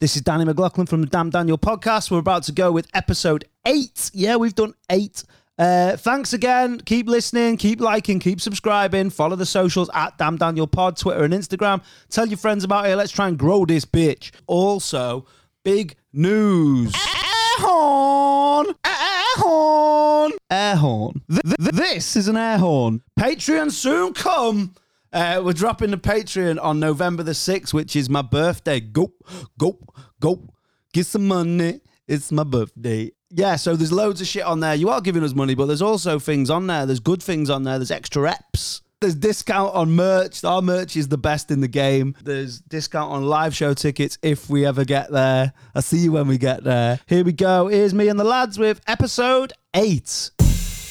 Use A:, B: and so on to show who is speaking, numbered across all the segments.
A: This is Danny McLaughlin from the Damn Daniel podcast. We're about to go with episode eight. Yeah, we've done eight. Uh, thanks again. Keep listening, keep liking, keep subscribing. Follow the socials at Damn Daniel Pod, Twitter and Instagram. Tell your friends about it. Let's try and grow this bitch. Also, big news. Air horn! Air horn! Air horn. Th- th- this is an air horn. Patreon soon come. Uh, we're dropping the Patreon on November the 6th, which is my birthday. Go, go, go. Get some money. It's my birthday. Yeah, so there's loads of shit on there. You are giving us money, but there's also things on there. There's good things on there. There's extra reps. There's discount on merch. Our merch is the best in the game. There's discount on live show tickets if we ever get there. I'll see you when we get there. Here we go. Here's me and the lads with episode eight.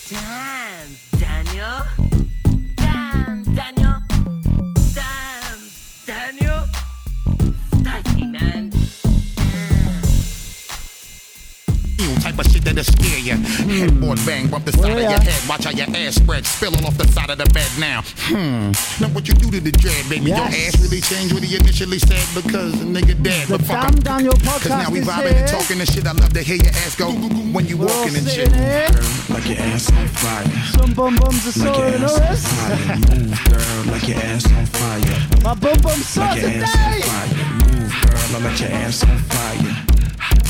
B: Damn, Daniel. Damn, Daniel. Damn, Daniel. Spicy, man.
C: You type of shit that'll scare ya. Headboard bang, bump the side of
A: yeah.
C: your head. Watch how your ass spread, spilling off the side of the bed now. Hmm. Now what you do to the dread, baby?
A: Yes.
C: Your ass really changed what he initially said because the nigga dead.
A: The
C: but fuck
A: Damn
C: him.
A: Daniel
C: Cause now
A: podcast
C: we
A: is
C: vibing and
A: here.
C: talking and shit. I love to hear your ass go goo, goo, goo when you
A: We're all
C: walking and shit.
A: sitting here.
D: Like your ass on fire.
A: Some bum bums
D: Like
A: are
D: your
A: soaring,
D: ass on
A: alright?
D: fire. Move, girl. Like your ass on fire.
A: My bum bum saw
D: Like your ass on
A: today.
D: fire. Move, girl. I like your ass on fire.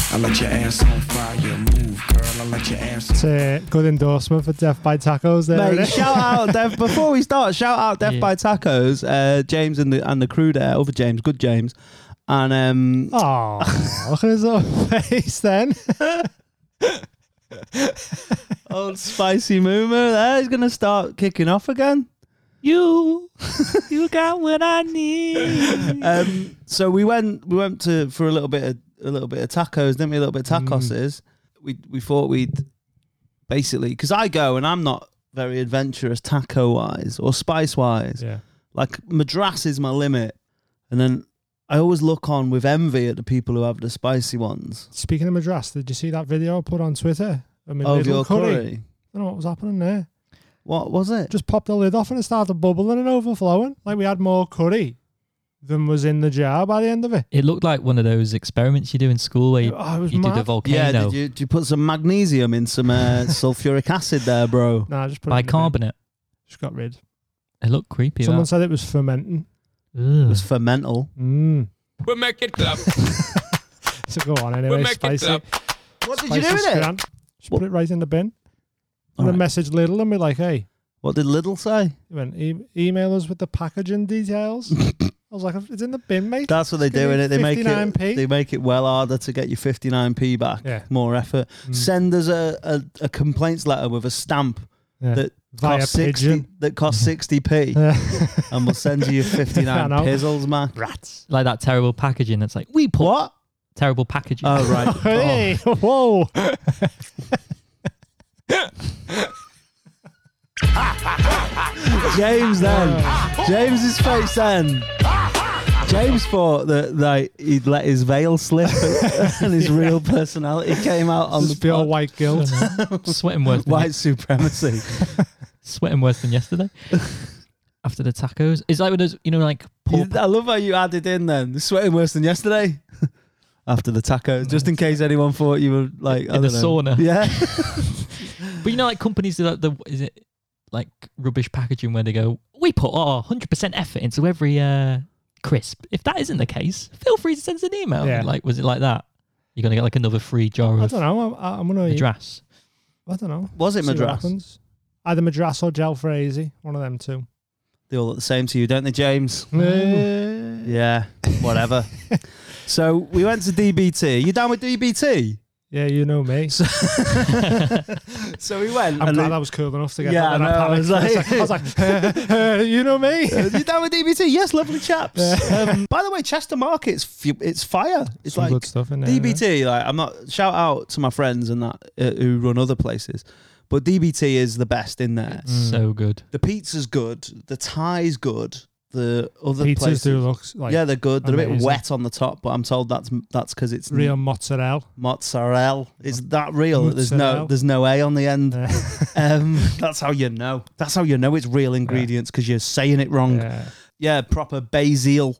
D: I like your ass on fire. Move, girl. I like your ass on
E: It's a good endorsement for Death by Tacos there.
A: Mate,
E: innit?
A: shout out Dev. Before we start, shout out Dev by Tacos, uh, James and the and the crew there, other James, good James, and um,
E: Aw, look at his little face then.
A: old spicy Moomer there is gonna start kicking off again. You, you got what I need. Um, so we went, we went to for a little bit of a little bit of tacos, didn't we? A little bit of tacoses. We we thought we'd basically because I go and I'm not very adventurous taco wise or spice wise.
E: Yeah.
A: Like madras is my limit, and then I always look on with envy at the people who have the spicy ones.
E: Speaking of Madras, did you see that video I put on Twitter? I mean,
A: Of your
E: curry.
A: curry.
E: I don't know what was happening there.
A: What was it?
E: Just popped the lid off and it started bubbling and overflowing. Like we had more curry than was in the jar by the end of it.
F: It looked like one of those experiments you do in school where you,
E: Oh, it was
F: you did a
E: mad.
A: yeah,
F: volcano
A: did you, did you put some magnesium in some uh, sulfuric acid there, bro?
E: Nah, just put it in the bin.
F: bicarbonate.
E: Just got rid.
F: It looked creepy.
E: Someone
F: That.
E: said it was fermenting.
A: It
F: Ugh.
A: was fermental.
E: Mm.
G: We'll make it clap.
E: So go on anyway.
G: We'll make it
E: spicy.
G: clap.
A: What did
E: spicy
A: you do with it?
E: scran. Just put it right in the bin.
A: All
E: And
A: right.
E: then message Little and be like, hey,
A: What did Lidl say?
E: He went, e- email us with the packaging details. I was like, it's in the bin, mate.
A: That's what they
E: Give
A: do
E: me
A: in it. They make it.
E: 59p.
A: They make it well harder to get your 59p back.
E: Yeah. Mm.
A: More effort. Send us a, a, a complaints letter with a stamp
E: Yeah.
A: that
E: Via
A: costs 60
E: pigeon.
A: that costs 60p. and we'll send you your 59
E: I know.
A: pizzles, man.
E: Rats.
F: like that terrible packaging. That's like we put
A: What?
F: terrible packaging.
A: Oh, right.
E: Hey, whoa.
A: James then. James's face then. James thought that like he'd let his veil slip and his real personality came out on
E: This is
A: the
E: pure
A: pod.
E: white guilt.
F: sweating worse. Than
A: white supremacy.
F: Sweating worse than yesterday. After the tacos, it's like with those, you know, like pork.
A: I love how you added in then sweating worse than yesterday after the tacos, just in case anyone thought you were like I
F: In the
A: don't know.
F: sauna.
A: Yeah,
F: But you know, like companies that the is it like rubbish packaging where they go, we put our hundred percent effort into every uh, crisp. If that isn't the case, feel free to send us an email.
E: Yeah.
F: Like, was it like that? You're gonna get like another free jar
E: I
F: of
E: don't know. I'm, I'm going to.
F: madras.
E: I don't know.
A: was it
E: See what
A: Madras?
E: happens. Either Madras or Gelfrazy. One of them two.
A: They all look the same to you, don't they, James?
E: Yeah.
A: Yeah, whatever. so we went to DBT. You down with DBT?
E: yeah, you know me.
A: So we went.
E: I'm
A: and
E: glad
A: it-
E: I was cool enough to get
A: Yeah,
E: that.
A: I know, I was
E: Then I panicked for a
A: like-
E: second. I was like, you know me.
A: Uh, you down with DBT? Yes, lovely chaps. Um, by the way, Chester Market's f- it's fire. It's
E: Some
A: like
E: good stuff in there. innit?
A: DBT. Like I'm not shout out to my friends and that uh, who run other places, but DBT is the best in there.
E: Mm.
F: So good.
A: The pizza's good. The Thai's good. The other
E: Pizzas
A: places,
E: do look like
A: yeah, they're good. They're a bit
E: amazing.
A: wet on the top, but I'm told that's that's because it's
E: real mozzarella.
A: mozzarella. It's that real. that There's no
E: Mozzarella.
A: there's no a on the end.
E: Yeah.
A: Um, that's how you know. That's how you know it's real ingredients because you're saying it wrong. Yeah, proper basil.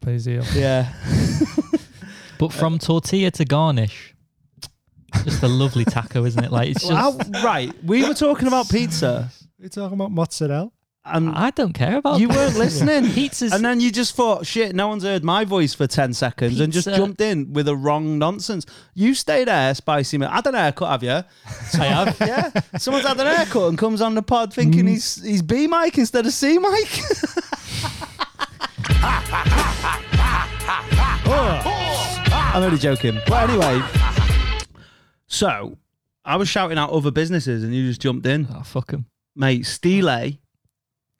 E: Basil.
A: Yeah.
F: But from tortilla to garnish, just a lovely taco, isn't it? Like it's just.
A: Well, how- right, we were talking about pizza,
E: You're talking about mozzarella.
A: and
F: I don't care about
A: you weren't listening.
F: Pizza's-
A: and then you just thought, shit, no one's heard my voice for ten seconds, and just
F: Pizza.
A: jumped in with a wrong nonsense. You stay there, spicy man. I had an haircut, have you?
F: I have.
A: Yeah, someone's had an haircut and comes on the pod thinking he's he's B Mike instead of C Mike. Oh, I'm only joking. But anyway, so I was shouting out other businesses and you just jumped in,
F: Oh fuck 'em.
A: mate. Stile,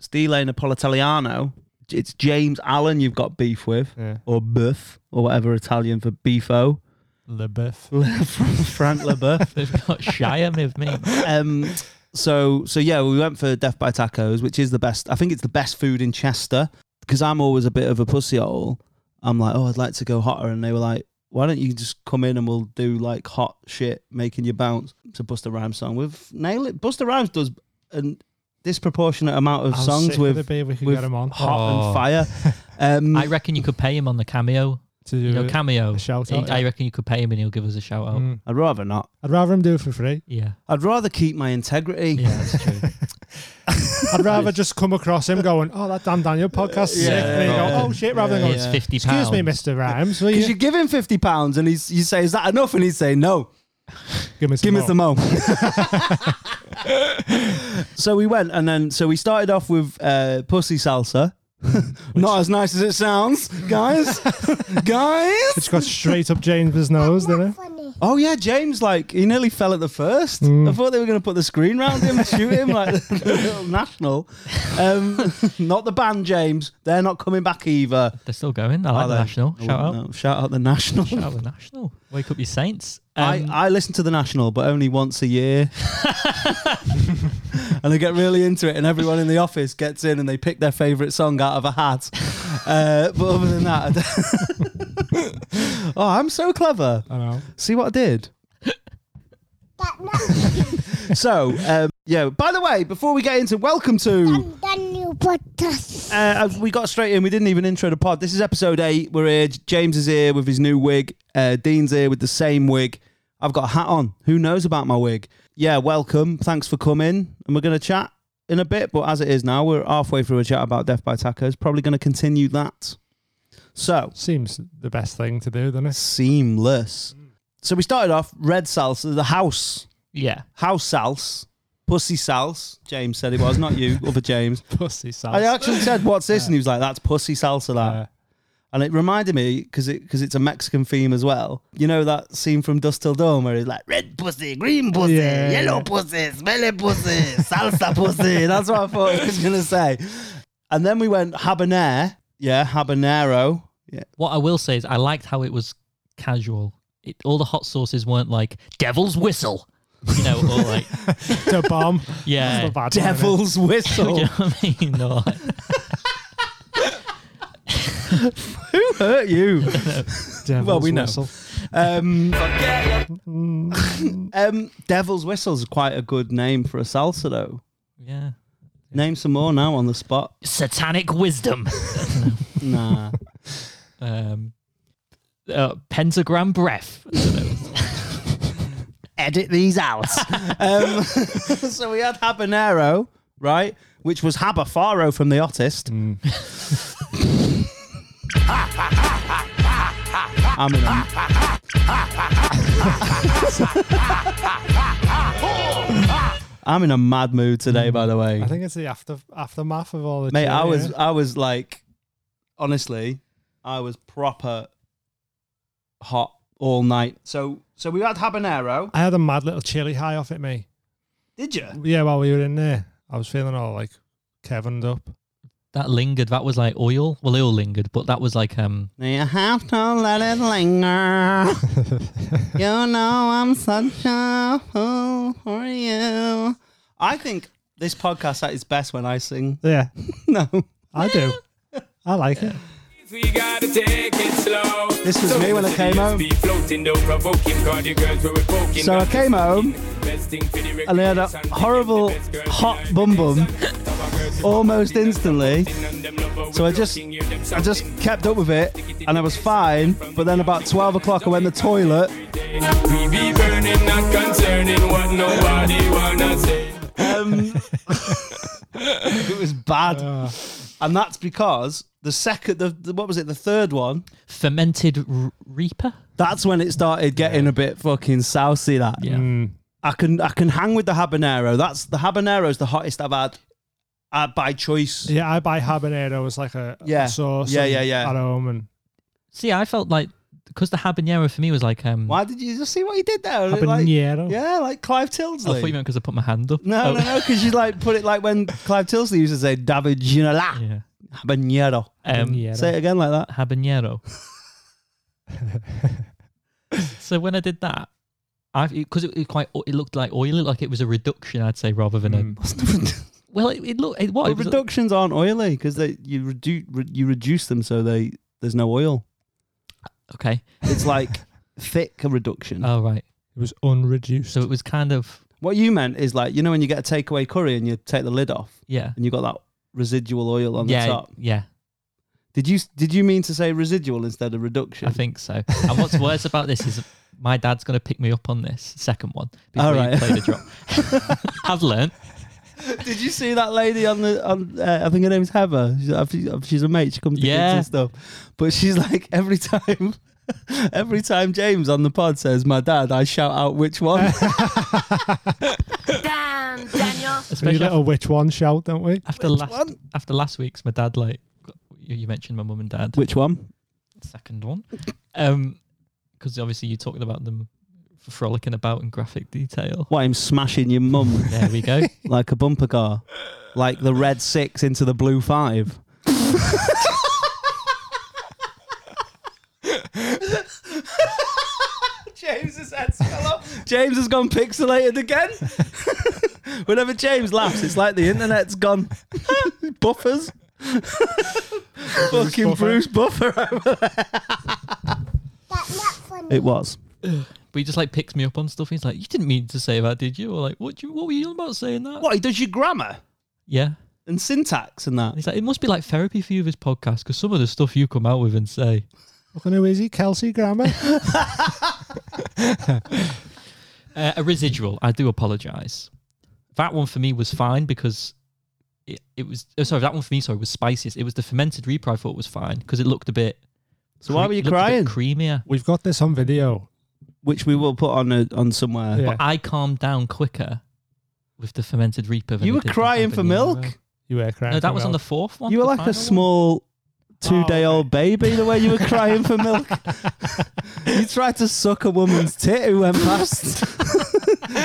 A: Stile Napolitano. It's James Allen you've got beef with,
E: Yeah.
A: or buff, or whatever Italian for beefo.
E: Le Bœuf.
A: Frank LeBeuf.
F: They've got Shire with me.
E: Mm.
A: um, so so yeah, we went for Death by Tacos, which is the best. I think it's the best food in Chester because I'm always a bit of a pussy hole. I'm like, oh, I'd like to go hotter, and they were like, why don't you just come in and we'll do like hot shit, making you bounce to Busta Rhymes song. We've nailed it. Busta Rhymes does a disproportionate amount of
E: How
A: songs
E: sick would
A: with
E: it be if we could
A: with
E: get him on
A: hot
F: Oh.
A: and fire. Um,
F: I reckon you could pay him on the cameo.
E: to do
F: You know,
E: it.
F: cameo.
E: a shout
F: He-
E: out,
F: I
E: yeah.
F: reckon you could pay him and he'll give us a shout out.
E: Mm.
A: I'd rather not.
E: I'd rather him do it for free.
F: Yeah.
A: I'd rather keep my integrity.
F: Yeah, that's true.
E: I'd rather just come across him going, "Oh, that damn Daniel podcast." sick.
A: Yeah.
E: and then you
A: Yeah.
E: go, "Oh shit!" Rather than
A: Yeah.
E: going,
F: It's fifty pounds.
E: "Excuse me, Mister Rhymes, will
A: Because
E: you,
A: you give him fifty pounds and he's you say, Is that enough? And he'd say, No.
E: give me some?"
A: Give us
E: more."
A: the mo. so we went, and then so we started off with uh, pussy salsa. Not as nice as it sounds, guys. guys.
E: Which got straight up James's nose, didn't it?
A: Oh yeah, James. Like he nearly fell at the first.
F: Hmm.
A: I thought they were going to put the screen round him and shoot him like the little national. Um, not the band, James. They're not coming back either.
F: They're still going. I like
A: Are
F: the
A: they?
F: national.
A: No,
F: Shout out.
A: Oh, no, shout out the national.
F: Shout out the national. Wake up your saints. Um,
A: I, I listen to the National, but only once a year. and I get really into it, and everyone in the office gets in and they pick their favourite song out of a hat. Uh, but other than that, I don't- oh, I'm so clever.
E: I know.
A: See what I did? so, um, yeah. By the way, before we get into welcome to,
G: Daniel Podcast.
A: uh, we got straight in. We didn't even intro the pod. This is episode eight. We're here. James is here with his new wig. Uh, Dean's here with the same wig. I've got a hat on. Who knows about my wig? Yeah, welcome. Thanks for coming. And we're going to chat in a bit. But as it is now, we're halfway through a chat about Death by Tacos. Probably going to continue that. So,
E: Seems the best thing to do, doesn't it?
A: seamless. So we started off red salsa, the house
F: yeah.
A: house salse, pussy salse. James said it was not you, other James.
E: Pussy
A: I
E: salsa.
A: actually said, "What's this?" and he was like, "That's pussy salsa." That,
E: Yeah.
A: and it reminded me because it because it's a Mexican theme as well. You know that scene from Dust Till Dawn where he's like,
B: Red pussy, green pussy,
E: Yeah.
B: yellow pussy, smelly pussy, salsa pussy.
A: "Pussy." That's what I thought he was gonna say. And then we went habanero. Yeah, habanero. Yeah.
F: What I will say is I liked how it was casual. It, all the hot sauces weren't like devil's whistle. You know, or like
E: to bomb.
F: yeah,
E: Not bad, isn't it?
A: Devil's whistle.
F: Do you know what I mean? Or like-
A: Who hurt you?
E: Devil's
A: Well, we know.
E: whistle.
A: Um, um, Devil's whistle's quite a good name for a salsa, though.
F: yeah.
A: Name some more now on the spot.
F: Satanic wisdom.
A: Nah.
F: Um, uh, pentagram breath. I don't know.
A: edit these out. um, so we had habanero, right, which was habafaro from the artist. I'm in a- I'm in a mad mood today, by the way,
E: I think it's the after aftermath of all the.
A: mate.
E: cheer,
A: I was,
E: yeah.
A: I was like, honestly, I was proper hot all night. So, so we had habanero.
E: I had a mad little chili high off at me.
A: Did you?
E: Yeah, while we were in there, I was feeling all like Kevined up.
F: That lingered. That was like oil. Well, oil lingered, but that was like um.
A: You have to let it linger. you know I'm such a fool for you. I think this podcast at its best when I sing.
E: Yeah,
A: No,
E: I do. I like it.
H: So you gotta take it slow.
A: This was me when I came home.
H: Be floating, don't provoke him, 'cause your girls were provoking.
A: So I came home
H: Best thing for the record,
A: and I had a
H: son,
A: horrible
H: best girl
A: hot
H: tonight.
A: bum bum
H: Some of our girls
A: almost instantly.
H: are sitting on them lover with
A: So I just
H: looking, you're them
A: I just kept up with it and I was fine. But then about 12 o'clock, I went to the toilet.
H: We be burning, not concerning what nobody wanna say.
A: Um, it was bad. and that's because the second, the, the- what was it, the third one,
F: Fermented r- Reaper?
A: that's when it started getting a bit fucking sousy. That
F: Yeah.
E: Mm.
A: I can I can hang with the habanero. That's the habanero's the hottest I've had uh, by choice.
E: Yeah, I buy habanero as like a, a
A: Yeah.
E: sauce.
A: Yeah,
E: and
A: yeah, yeah.
E: At home and
F: See, I felt like because the habanero for me was like um.
A: Why did you just see what he did there? Like,
E: habanero.
A: yeah, like Clive
F: Oh, I thought you
A: Tilsley.
F: meant because I put my hand up.
A: no,
F: Oh,
A: no, no, because you like put it like when Clive Tilsley used to say David Ginola
F: Oh, Yeah.
A: habanero.
F: Um,
E: Habanero.
A: Say it again like that.
F: habanero. so when I did that, I because it, was quite o- it looked like oily, like it was a reduction, I'd say, rather than a
A: Mm.
F: well. It, it looked it was,
A: But
F: it was a-
A: reductions aren't oily because they you reduce you reduce them so they there's no oil.
F: okay.
A: It's like thick reduction.
F: Oh right,
E: It was unreduced.
F: so it was kind of
A: what you meant is like you know when you get a takeaway curry and you take the lid off
F: yeah,
A: and you got that residual oil on
F: yeah,
A: the top.
F: yeah.
A: Did you did you mean to say residual instead of reduction?
F: I think so. And what's worse about this is my dad's going to pick me up on this second one before
A: All
F: you
A: right.
F: play the drop. I've learned.
A: Did you see that lady on the on? Uh, I think her name's Heather. She's, I think- uh, she's a mate. She comes to gigs
F: Yeah.
A: and stuff. But she's like every time, every time James on the pod says "my dad," I shout out which one.
G: Damn, Daniel.
E: we
F: Especially
E: little which one shout, don't we?
F: after last after last week's, my dad like you you mentioned my mum and dad.
A: which one?
F: second one. Um, because obviously you're talking about them frolicking about in graphic detail.
A: Why I'm smashing your mum
F: There we go.
A: like a bumper car, like the red six into the blue five. James's head's fell off. James has gone pixelated again. Whenever James laughs, it's like the internet's gone buffers. Fucking
E: Buffer.
A: Bruce Buffer.
G: That not funny.
A: It was.
F: but he just like picks me up on stuff. He's like, "You didn't mean to say that, did you?" Or like, "What do you? What were you on about saying that?"
A: What he does your grammar
F: Yeah. And
A: and syntax and that.
F: he's like, "It must be like therapy for you this podcast because some of the stuff you come out with and say."
E: Fucking who is he? Kelsey Grammer?
F: Uh, a residual. I do apologise. That one for me was fine because it, it was oh, sorry. That one for me, sorry, was spiciest. It was the fermented reaper. I thought was fine because it looked a bit.
A: So why were you
F: looked
A: crying?
F: a bit creamier.
E: We've got this on video.
A: Which we will put on a, on somewhere.
E: Yeah.
F: I calmed down quicker with the fermented reaper. Than
A: You
F: I
A: were
F: did the
A: crying for
F: habanero.
A: milk.
E: You were crying.
F: No, that
E: for
F: was on the
E: milk.
F: fourth one.
A: You were
F: the
A: like
F: final
A: a
F: one. Oh,
A: small two day old baby the way you were crying for milk. you tried to suck a woman's tit who went past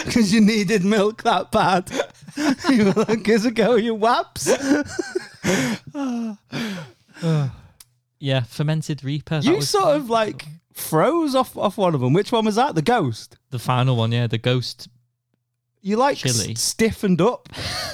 A: because you needed milk that bad. you were like, here's a go, you waps.
F: Yeah, fermented reaper. that
A: you
F: was
A: sort of like froze off, off one of them. Which one was that? The ghost.
F: the final one. Yeah, the ghost.
A: You like
F: Chili.
A: st- stiffened up.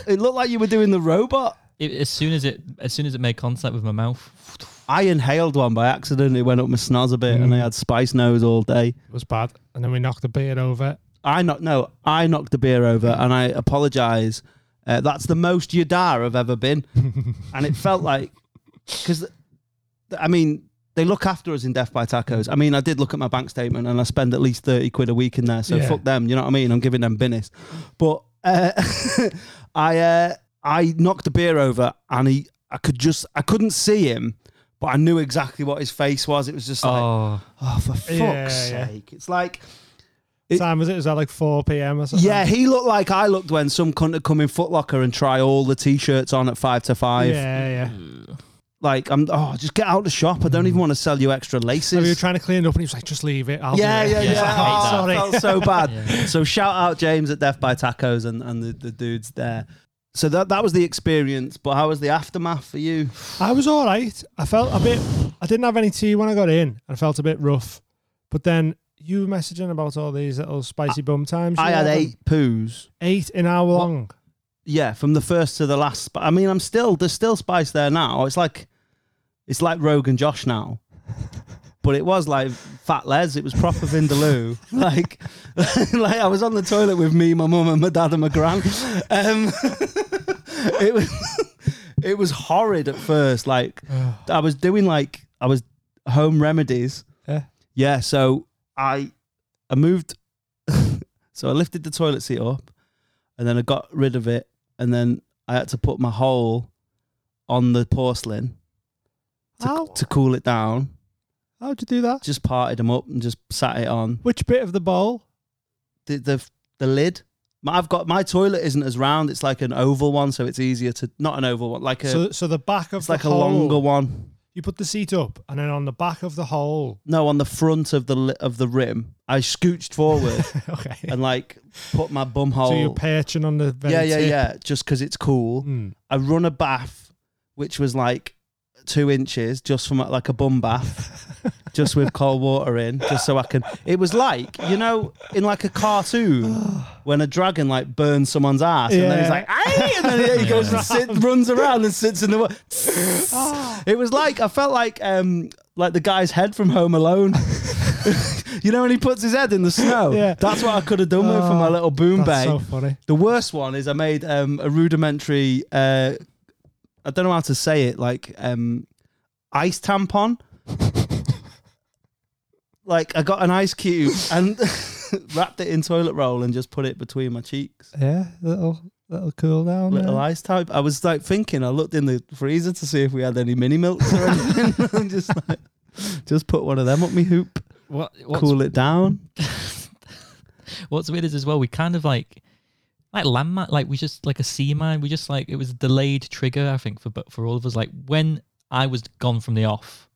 A: It looked like you were doing the robot.
F: It, as soon as it, as soon as it made contact with my mouth,
A: I inhaled one by accident. It went up my snoz a bit and
F: Mm.
A: I had spice nose all day.
E: It was bad. And then we knocked the beer over.
A: I knocked no, I knocked the beer over, and I apologise. Uh, that's the most Yadar I've ever been, and it felt like because I mean they look after us in Death by Tacos. I mean I did look at my bank statement, and I spend at least thirty quid a week in there. So
E: Yeah.
A: fuck them, you know what I mean? I'm giving them binnis, but uh, I uh, I knocked the beer over, and he I could just I couldn't see him. But I knew exactly what his face was. It was just like,
F: oh,
A: oh, for fuck's
E: Yeah, yeah.
A: sake! It's like It-
E: What time was it? Was that like 4 p.m. or something?
A: Yeah, he looked like I looked when some cunt had come in Foot Locker and try all the t-shirts on at five to five.
E: Yeah, yeah.
A: Like, I'm oh, just get out the shop. I don't
F: Mm.
A: even want to sell you extra
E: So we were
A: laces.
E: trying to clean up and he was like, just leave it. I'll do
A: yeah,
E: it."
A: yeah, yeah.
F: Yeah, I hate
A: Oh,
F: that.
A: I felt so bad.
F: Yeah.
A: So shout out James at Death by Tacos and, and the, the dudes there. So that that was the experience. But how was the aftermath for you?
E: I was all right. I felt a bit. I didn't have any tea when I got in. I felt a bit rough. But then you were messaging about all these little spicy bum times.
A: I
E: you
A: had
E: and
A: eight poos.
E: Eight in how long?
A: Yeah, from the first to the last. But I mean, I'm still there's still spice there now. It's like it's like Rogue and Josh now. But it was like Fat Les. It was proper Vindaloo. like, like I was on the toilet with me, my mum, and my dad and my gran. Um, it was. it was horrid at first. Like I was doing like I was home remedies.
E: Yeah.
A: Yeah. So I I moved. so I lifted the toilet seat up, and then I got rid of it, and then I had to put my hole on the porcelain to,
E: How?
A: to cool it down.
E: How'd you do that?
A: Just parted them up and just sat it on
E: Which bit of the bowl?
A: the the the lid. My, I've got my toilet isn't as round. It's like an oval one, so it's easier to not an oval one, like a
E: So, so the back of
A: it's
E: the
A: like a
E: hole,
A: longer one.
E: You put the seat up, and then on the back of the hole.
A: No, on the front of the li- of the rim, I scooched forward
E: okay.
A: and like put my bum hole.
E: So you're perching on the very
A: yeah, yeah,
E: tip.
A: yeah. Just because it's cool.
E: Mm.
A: I run a bath, which was like two inches, just from like a bum bath, just with cold water in, just so I can. It was like you know, in like a cartoon when a dragon like burns someone's ass, and then he's
E: Yeah.
A: like, "Aye!" and then he goes and sit, runs around and sits in the water. it was like I felt like um like the guy's head from Home Alone. You know when he puts his head in the snow?
E: Yeah.
A: That's what I could have done with for my
E: Oh,
A: little boom bay.
E: That's so funny.
A: The worst one is I made um, a rudimentary. Uh, I don't know how to say it. Like um, ice tampon. like I got an ice cube and wrapped it in toilet roll and just put it between my cheeks.
E: Yeah, little little cool
F: Oh,
E: down.
A: Little
E: there.
A: ice type. I was like thinking. I looked in the freezer to see if we had any mini milks or anything. and just like, just put one of them up me hoop.
F: What, what's,
A: cool it down.
F: what's weird is as well, we kind of like, like landmine, like we just, like a sea mine, we just like, it was a delayed trigger, I think, for but for all of us. Like when I was gone from the off,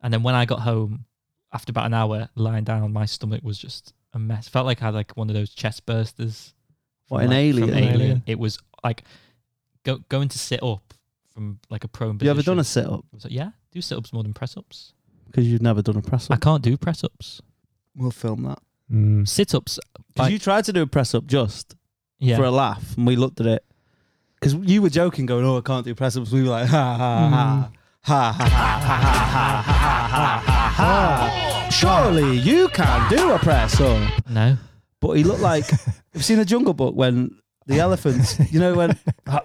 F: and then when I got home, after about an hour lying down, my stomach was just a mess. Felt like I had like one of those chest bursters.
A: What,
F: from,
A: an
F: like,
A: alien?
F: from Alien.
E: Alien.
F: It was like go, going to sit up from like a prone position.
A: You ever done a sit up?
F: I was like, yeah, do sit ups more than press ups.
A: Because you've never done a press
F: I
A: up.
F: can't do press ups.
A: We'll film that.
F: Sit ups,
A: Because
F: Like-
A: you tried to do a press up just
F: yeah.
A: for a laugh, and we looked at it because you were joking, going, "Oh, I can't do press ups." We were like, "Ha ha
F: Mm-hmm.
A: ha." Ha ha ha ha ha ha ha ha ha. Surely you can do a press up.
F: no.
A: But he looked like you've seen the Jungle Book when the elephants, you know, when ha,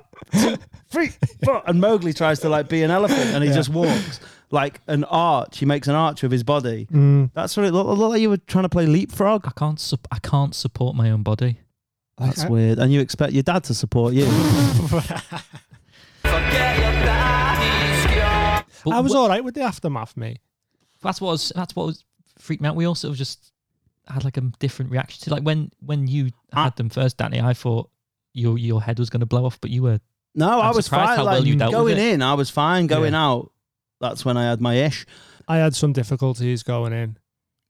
E: Mm.
A: two, three, four, and Mowgli tries to like be an elephant and he just walks like an arch. He makes an arch with his body.
F: Mm.
A: That's what it looked, it looked like. You were trying to play leapfrog.
F: I can't. Sup- I can't support my own body.
A: That's weird. And you expect your dad to support you.
F: But
E: I was
F: wh-
E: all right with the aftermath, mate.
F: that's what was. That's what was freaked me out. We all sort of just had like a different reaction to like when when you
A: I-
F: had them first, Danny. I thought your your head was going to blow off, but you were.
A: No, i was
F: surprised
A: fine.
F: how
A: like,
F: well you dealt with
A: going
F: it.
A: in, I was fine. Going out, that's when I had my ish.
E: I had some difficulties going in.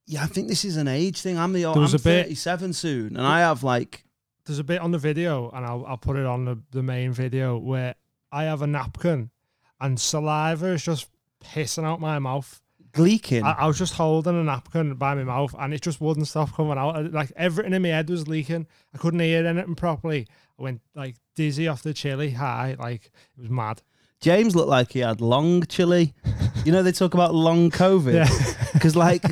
A: Yeah, I think this is an age thing. I'm the
E: There
A: old. I'm
E: was a bit-
A: 37 soon, and I have like
E: There's a bit on the video, and I'll, I'll put it on the, the main video where I have a napkin, and saliva is just pissing out my mouth.
A: leaking.
E: I, I was just holding a napkin by my mouth, and it just wouldn't stop coming out. I- Like everything in my head was leaking. I couldn't hear anything properly. I went like dizzy off the chili high. Like it was mad.
A: James looked like he had long chili. You know they talk about long COVID because like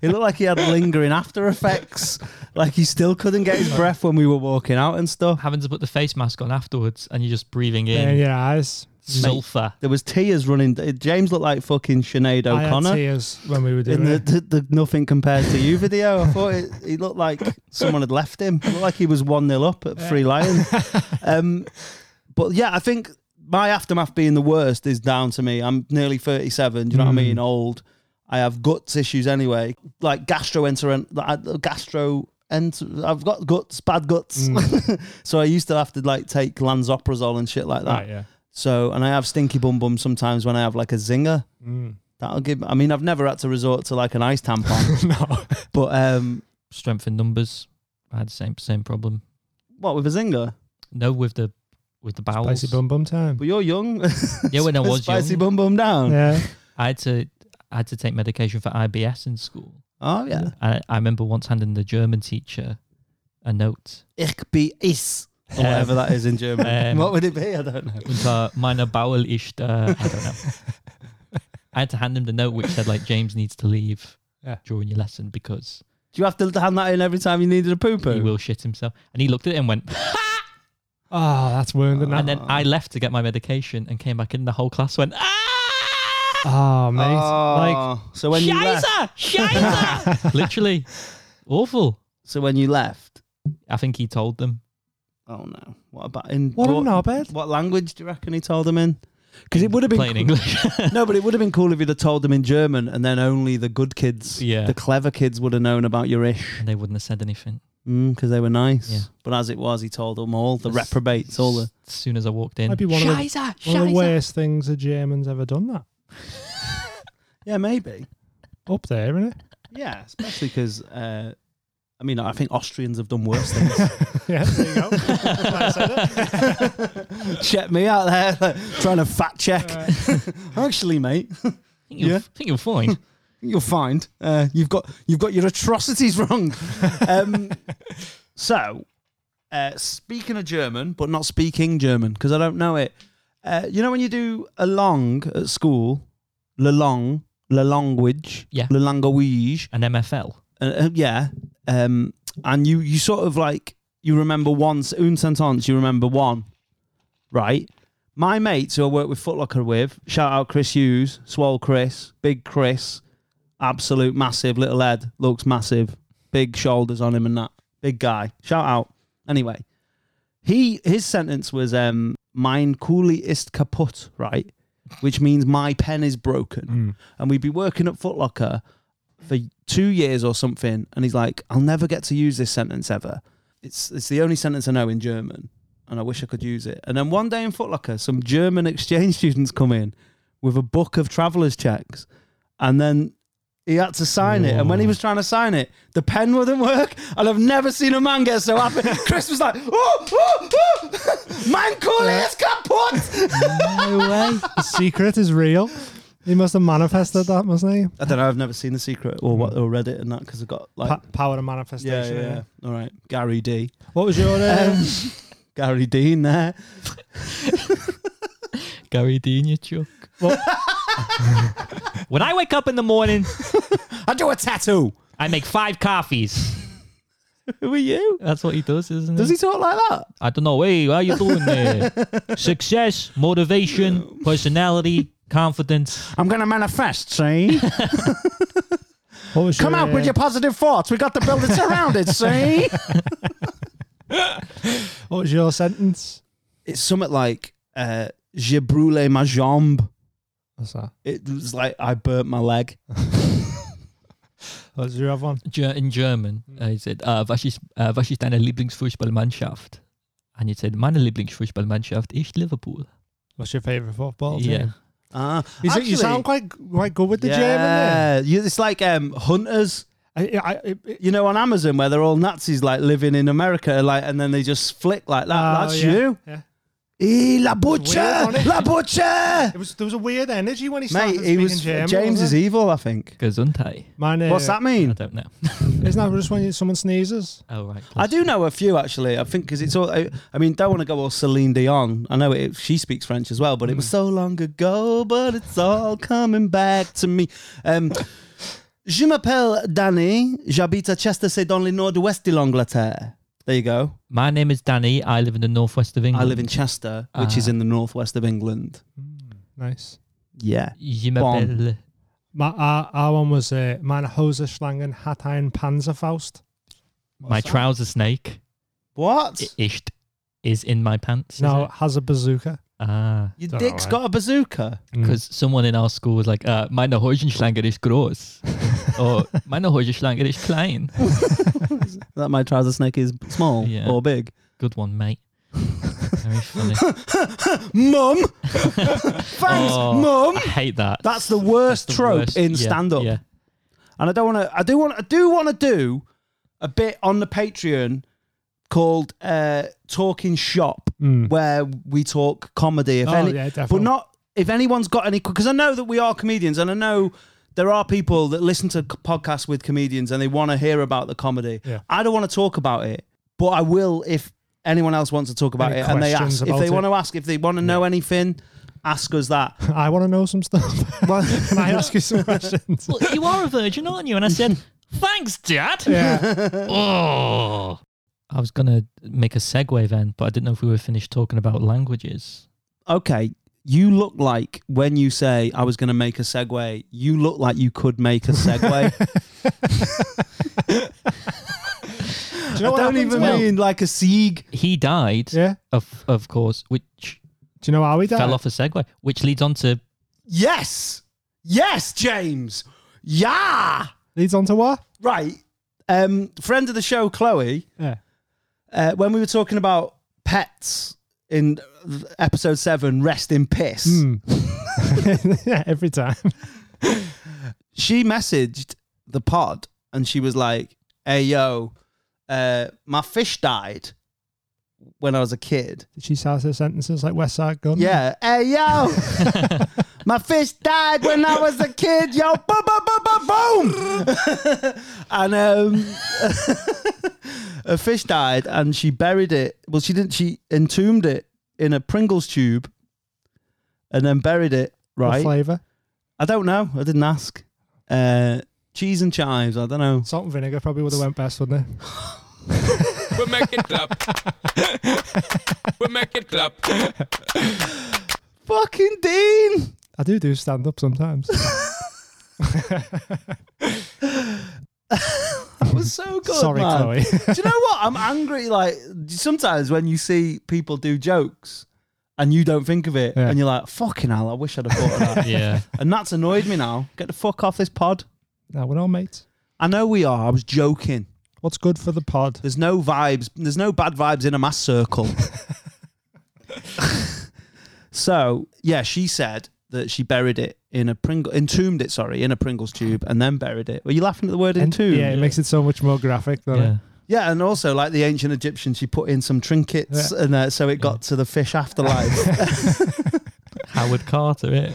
A: he looked like he had lingering after effects. Like he still couldn't get his breath when we were walking out and stuff.
F: Having to put the face mask on afterwards, and you're just breathing in
E: Yeah, in your eyes.
F: sulfur.
A: There was tears running. James looked like fucking Sinead O'Connor.
E: I had tears when we were doing
A: in the,
E: it.
A: the, the nothing compared to you video. I thought it, he looked like someone had left him. It looked like he was one 0 up at Free Lions. Um, but yeah, I think my aftermath being the worst is down to me. I'm nearly 37. Do you know
E: Hmm.
A: what I mean? Old. I have guts issues anyway, like gastroenterin, like, uh, gastro. And I've got guts, bad guts.
E: Hmm.
A: so I used to have to like take Lansoprazole and shit like that.
E: Right, yeah.
A: So, and I have stinky bum bum sometimes when I have like a zinger.
E: Mm.
A: That'll give. I mean, I've never had to resort to like an ice tampon,
E: no.
A: but um,
F: Strength in numbers. I had the same same problem.
A: what with a zinger?
F: No, with the with the bowels.
E: Spicy bum bum time.
A: But you're young.
F: Yeah, when I was
A: spicy
F: young.
A: bum bum down.
E: Yeah.
F: I had to I had to take medication for IBS in school.
A: Oh yeah.
F: I, I remember once handing the German teacher a note.
A: Ich bin is or whatever that is in German.
F: Um,
A: what would it be? I don't know.
F: Unter meiner Bowel ist, uh, I don't know. I had to hand him the note which said like James needs to leave
E: Yeah.
F: during your lesson because
A: Do you have to hand that in every time you needed a poo
F: he
A: poo?
F: will shit himself. And he looked at it and went,
E: Oh, that's
A: Uh,
E: wounded.
F: And
E: now.
F: then I left to get my medication and came back in. The whole class went, ah!
E: Oh, mate. like,
A: Oh, so when you left,
F: Shiza! Shiza! Literally. Awful.
A: so when you left,
F: I think he told them.
A: oh no, what about in
E: What a
A: what,
E: knobhead.
A: what language do you reckon he told them in? Because it would have been
F: Plain
A: cool-
F: English.
A: no, but it would have been cool if you'd have told them in German, and then only the good kids,
F: Yeah.
A: the clever kids, would have known about your ish
F: and they wouldn't have said anything.
A: because Mm, they were nice.
F: Yeah.
A: But as it was, he told them all the
F: That's-
A: reprobates, all the
F: As soon as I walked in.
E: Might be one of the-
F: Shiza!
E: one of the
F: Shiza!
E: worst things a German's ever done that.
A: yeah, maybe,
E: Up there, isn't it?
A: yeah, especially because uh, I mean, I think Austrians have done worse things.
E: Yeah, there you go. I said it.
A: check me out there, like, trying to fact check. Actually, mate,
F: I think you're,
A: Yeah.
F: I think you're fine.
A: you'll find uh, you've got you've got your atrocities wrong. um, so, uh, speaking a German, but not speaking German because I don't know it. Uh, you know when you do a long at school, la long, la language,
F: Yeah.
A: la language,
F: An MFL.
A: uh, uh, yeah, um, and you you sort of like you remember one s- un sentence, you remember one, right? My mates who I work with Footlocker with, shout out Chris Hughes, Swole Chris, Big Chris, absolute massive little head, looks massive, big shoulders on him and that, big guy. Shout out. Anyway, he his sentence was um, "Mein Kuli ist kaputt," right, which means my pen is broken. And we'd be working at Footlocker for two years or something, and he's like, "I'll never get to use this sentence ever. It's it's the only sentence I know in German, and I wish I could use it." And then one day in Footlocker, some German exchange students come in with a book of travelers' checks, and then. He had to sign it, and when he was trying to sign it, the pen wouldn't work. And I've never seen a man get so happy. Chris was like, "Oh, oh, oh! mein Kohle ist kaputt!"
E: No way. The secret is real. He must have manifested that, mustn't he?
A: I don't know. I've never seen The Secret or what or read it and that because I've got like
E: Pa- power of
A: yeah,
E: manifestation.
A: yeah, yeah. All right, Gary D.
E: What was your
A: uh,
E: um,
A: Gary Dean there.
F: Gary Dean, you chuck. when I wake up in the morning,
A: I do a tattoo.
F: I make five coffees.
A: Who are you?
F: That's what he does, isn't
A: Does he talk like that?
F: I don't know. Hey, how you doing there? Success, motivation, personality, confidence.
A: I'm gonna manifest. See,
E: what was your, uh,
A: positive thoughts. We got the building surrounded. See,
E: uh, What was your sentence?
A: it's something like uh, "Je brûle ma jambe."
E: What's that?
A: It was like I burnt my leg.
E: What did you have one?
F: Ger- In German, uh, he said, uh, was, ist, uh, was ist deine Lieblingsfußballmannschaft? And he said, meine Lieblingsfußballmannschaft ist Liverpool.
E: What's your favourite football team?
F: Yeah.
A: Ah,
E: You, see, you
A: actually-
E: sound quite quite good with the German. there.
A: yeah. You- It's like um, hunters.
E: I, I, I, it-
A: You know, on Amazon where they're all Nazis, like living in America, like, and then they just flick like that.
E: Oh,
A: That's
E: yeah,
A: you.
E: yeah.
A: Eh, la butcher,
E: weird, wasn't it?
A: la butcher.
E: It was there was a weird energy when he started
A: Mate, he
E: speaking
A: was
E: German.
A: James is
E: wasn't
A: evil. I think.
F: Gesundheit.
E: it? My name.
A: What's that
F: I
A: mean?
F: don't know.
E: uh, Isn't that just when someone sneezes?
F: Oh, right.
A: I
F: close.
A: do know a few actually. I think because it's all. I, I mean, don't want to go all Celine Dion. I know it, she speaks French as well, but
F: Mm.
A: it was so long ago. But it's all coming back to me. Um, Je m'appelle Danny. J'habite à Chester, dans le nord-ouest de l'Angleterre. There you go.
F: My name is Danny. I live in the northwest of
A: I
F: England.
A: live in Chester, which is
F: Mm-hmm. Ah.
A: in the northwest of England.
E: Nice.
A: Yeah.
F: Je m'appelle-
E: My our, our one was uh, meine Hose schlangen hat ein Panzerfaust.
F: My trouser snake
A: What?
F: i- ist is in my pants. is
E: No,
F: it?
E: has a bazooka.
F: Ah.
A: Your
E: don't
A: dick's
E: know,
A: got a bazooka.
F: Because someone in our school was like, uh, meine Heuschenschlange ist groß. or meine Heuschenschlange ist klein.
A: That my trouser snake is small
F: Yeah.
A: or big.
F: Good one, mate. Very funny.
A: Mum. Thanks,
F: Oh,
A: mum.
F: I hate that.
A: That's the worst
F: The
A: trope
F: worst-
A: in
F: yeah,
A: stand-up.
F: Yeah.
A: And I don't want to. I do want. I do want to do a bit on the Patreon called uh, "Talking Shop," where we talk comedy. If
E: Hmm. Oh,
A: any,
E: yeah, definitely.
A: but not if anyone's got any. Because I know that we are comedians, and I know there are people that listen to c- podcasts with comedians and they want to hear about the comedy.
E: Yeah.
A: I don't want to talk about it, but I will if anyone else wants to talk about
E: Any
A: it and they
E: questions
A: ask if
E: about
A: they
E: it?
A: want to ask if they want to know anything. Ask us that.
E: I want to know some stuff. Can I ask you some questions?
F: Well, you are a virgin, aren't you? And I said, thanks, Dad.
E: yeah.
F: Oh. I was gonna make a segue then, but I didn't know if we were finished talking about languages.
A: Okay, you look like when you say I was going to make a segue, you look like you could make a segue.
E: Do you know
A: I
E: what
A: don't
E: happened
A: even
E: to him?
A: mean like a sieg.
F: He died,
E: Yeah.
F: of of course, which
E: Do you know how he died?
F: fell off a segue, which leads on to
A: Yes, yes, James. Yeah,
E: Leads on to what?
A: right. Um, friend of the show, Chloe.
E: Yeah.
A: Uh, when we were talking about pets in episode seven, rest in piss.
E: yeah, every time.
A: she messaged the pod and she was like, "Hey yo, uh, my fish died when I was a kid.
E: She starts her sentences like West Side Gun.
A: Yeah, hey yo, my fish died when I was a kid. Yo, boom, boom, boom, boom, boom." and um, a fish died, and she buried it. Well, she didn't. She entombed it in a Pringles tube, and then buried it. Right.
E: Flavor.
A: I don't know. I didn't ask. Uh, cheese and chives. I don't know.
E: Salt and vinegar probably would have went best, wouldn't it?
H: We make it clap. we make it clap.
A: Fucking Dean.
E: I do do stand up sometimes.
A: That was so good.
E: Sorry,
A: man.
E: Chloe.
A: do you know what? I'm angry. Like sometimes when you see people do jokes and you don't think of it,
E: Yeah.
A: and you're like, "Fucking hell! I wish I'd have thought of that."
F: yeah.
A: and that's annoyed me now. Get the fuck off this pod.
E: now we're all mates.
A: I know we are. I was joking.
E: What's good for the pod?
A: There's no vibes. There's no bad vibes in a mass circle. so yeah, she said that she buried it in a Pringle, entombed it. Sorry, in a Pringles tube, and then buried it. Were you laughing at the word
E: And-
A: entombed?
E: yeah, it makes it so much more graphic, doesn't
F: yeah.
E: it?
A: Yeah, and also like the ancient Egyptians, she put in some trinkets, and uh, so it got to the fish afterlife.
F: Howard Carter, it.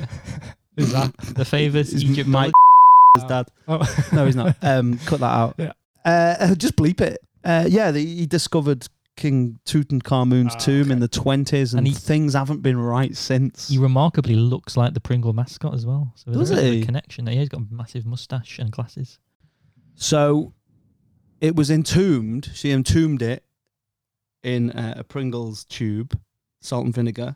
E: Is that?
F: The famous
A: It's
F: Egypt
A: Mike
F: Mike.
A: his dad.
E: Oh.
A: No, he's not. Um, cut that out.
E: Yeah.
A: Uh, just bleep it. Uh, yeah, the, he discovered King Tutankhamun's
E: Ah,
A: tomb in
E: okay.
A: the twenties, and,
F: And he-
A: things haven't been right since.
F: He remarkably looks like the Pringle mascot as well. So there's
A: Does
F: a bit of
A: he?
F: a connection there. Yeah, he's got a massive mustache and glasses.
A: So it was entombed. She entombed it in uh, a Pringles tube, salt and vinegar.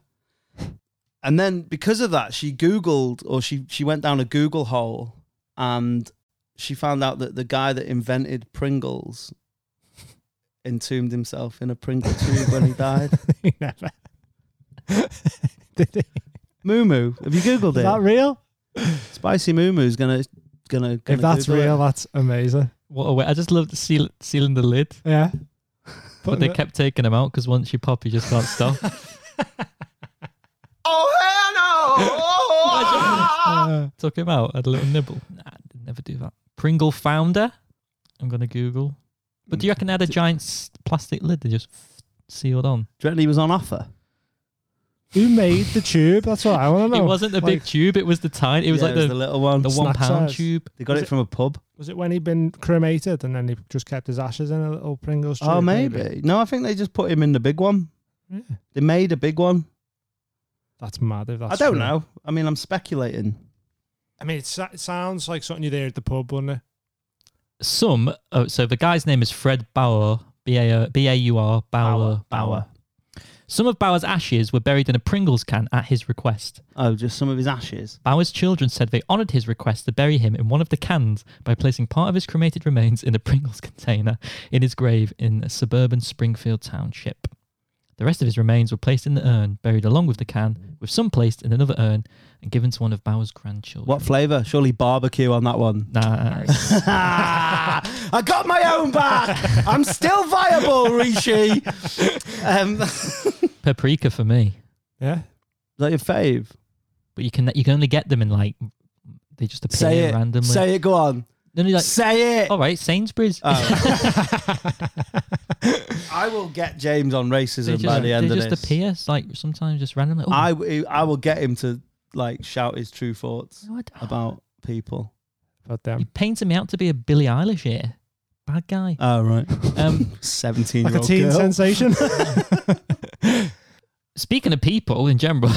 A: And then because of that, she Googled or she, she went down a Google hole and she found out that the guy that invented Pringles entombed himself in a Pringle tube when he died.
E: he never. Did he? Is
A: Moo Moo, have you Googled
E: that
A: it?
E: real?
A: Spicy Moo Moo's gonna gonna, gonna
E: If that's
A: Google it.
E: real, that's amazing.
F: What a way. I just loved seal, sealing the lid,
E: Yeah.
F: but they kept taking him out because once you pop, you just can't stop.
E: Uh,
F: Took him out, had a little nibble. Nah, I'd never do that. Pringle founder. I'm going to Google. But do you reckon they had a giant s- plastic lid they just sealed on?
A: Do you reckon he was on offer?
E: who made the tube? That's what I want to
F: It
E: know.
F: wasn't the big
E: Like,
F: tube, it was the tiny, it was
A: Yeah,
F: like the, the,
A: little one.
F: one
E: snack
F: pound
E: size.
F: tube.
A: they got
E: was
A: it
E: it-
A: from a pub.
E: Was it when he'd been cremated and then he just kept his ashes in a little Pringles tube?
A: Oh, maybe. No, I think they just put him in the big one.
F: Hmm.
E: Yeah.
A: They made a big one.
E: That's mad. If that's
A: I don't
E: true.
A: know. I mean, I'm speculating.
E: I mean, it, sa- it sounds like something you there at the pub, wouldn't it?
F: some. Oh, so the guy's name is Fred Bauer, B A B A U R Bauer
A: Bauer.
F: Bauer. Some of Bauer's ashes were buried in a Pringles can at his request.
A: Oh, just some of his ashes.
F: Bauer's children said they honoured his request to bury him in one of the cans by placing part of his cremated remains in a Pringles container in his grave in a suburban Springfield township. The rest of his remains were placed in the urn, buried along with the can, with some placed in another urn and given to one of Bauer's grandchildren.
A: What flavour? Surely barbecue on that one.
F: Nah,
A: I got my own back. I'm still viable, Rishi. Um, is
F: paprika for me.
E: Yeah.
A: that your fave?
F: but you can you can only get them in like they just appear
A: Say it.
F: randomly.
A: Say it. Go on.
F: No, no, like, oh.
A: Say it. Oh,
F: all right, Sainsbury's.
A: I will get James on
F: they
A: racism
F: just,
A: by the end
F: they
A: of
F: just
A: this.
F: appear it's like sometimes just randomly. Oh,
A: I, w- I will get him to like shout his true thoughts
F: God, oh,
A: about people.
E: But um,
F: you're
E: them.
F: painting me out to be a Billie Eilish here. Bad guy.
A: Oh right,
F: Um,
A: seventeen
E: Like
A: year
E: a
A: old
E: teen
A: girl.
E: sensation.
F: speaking of people in general, no,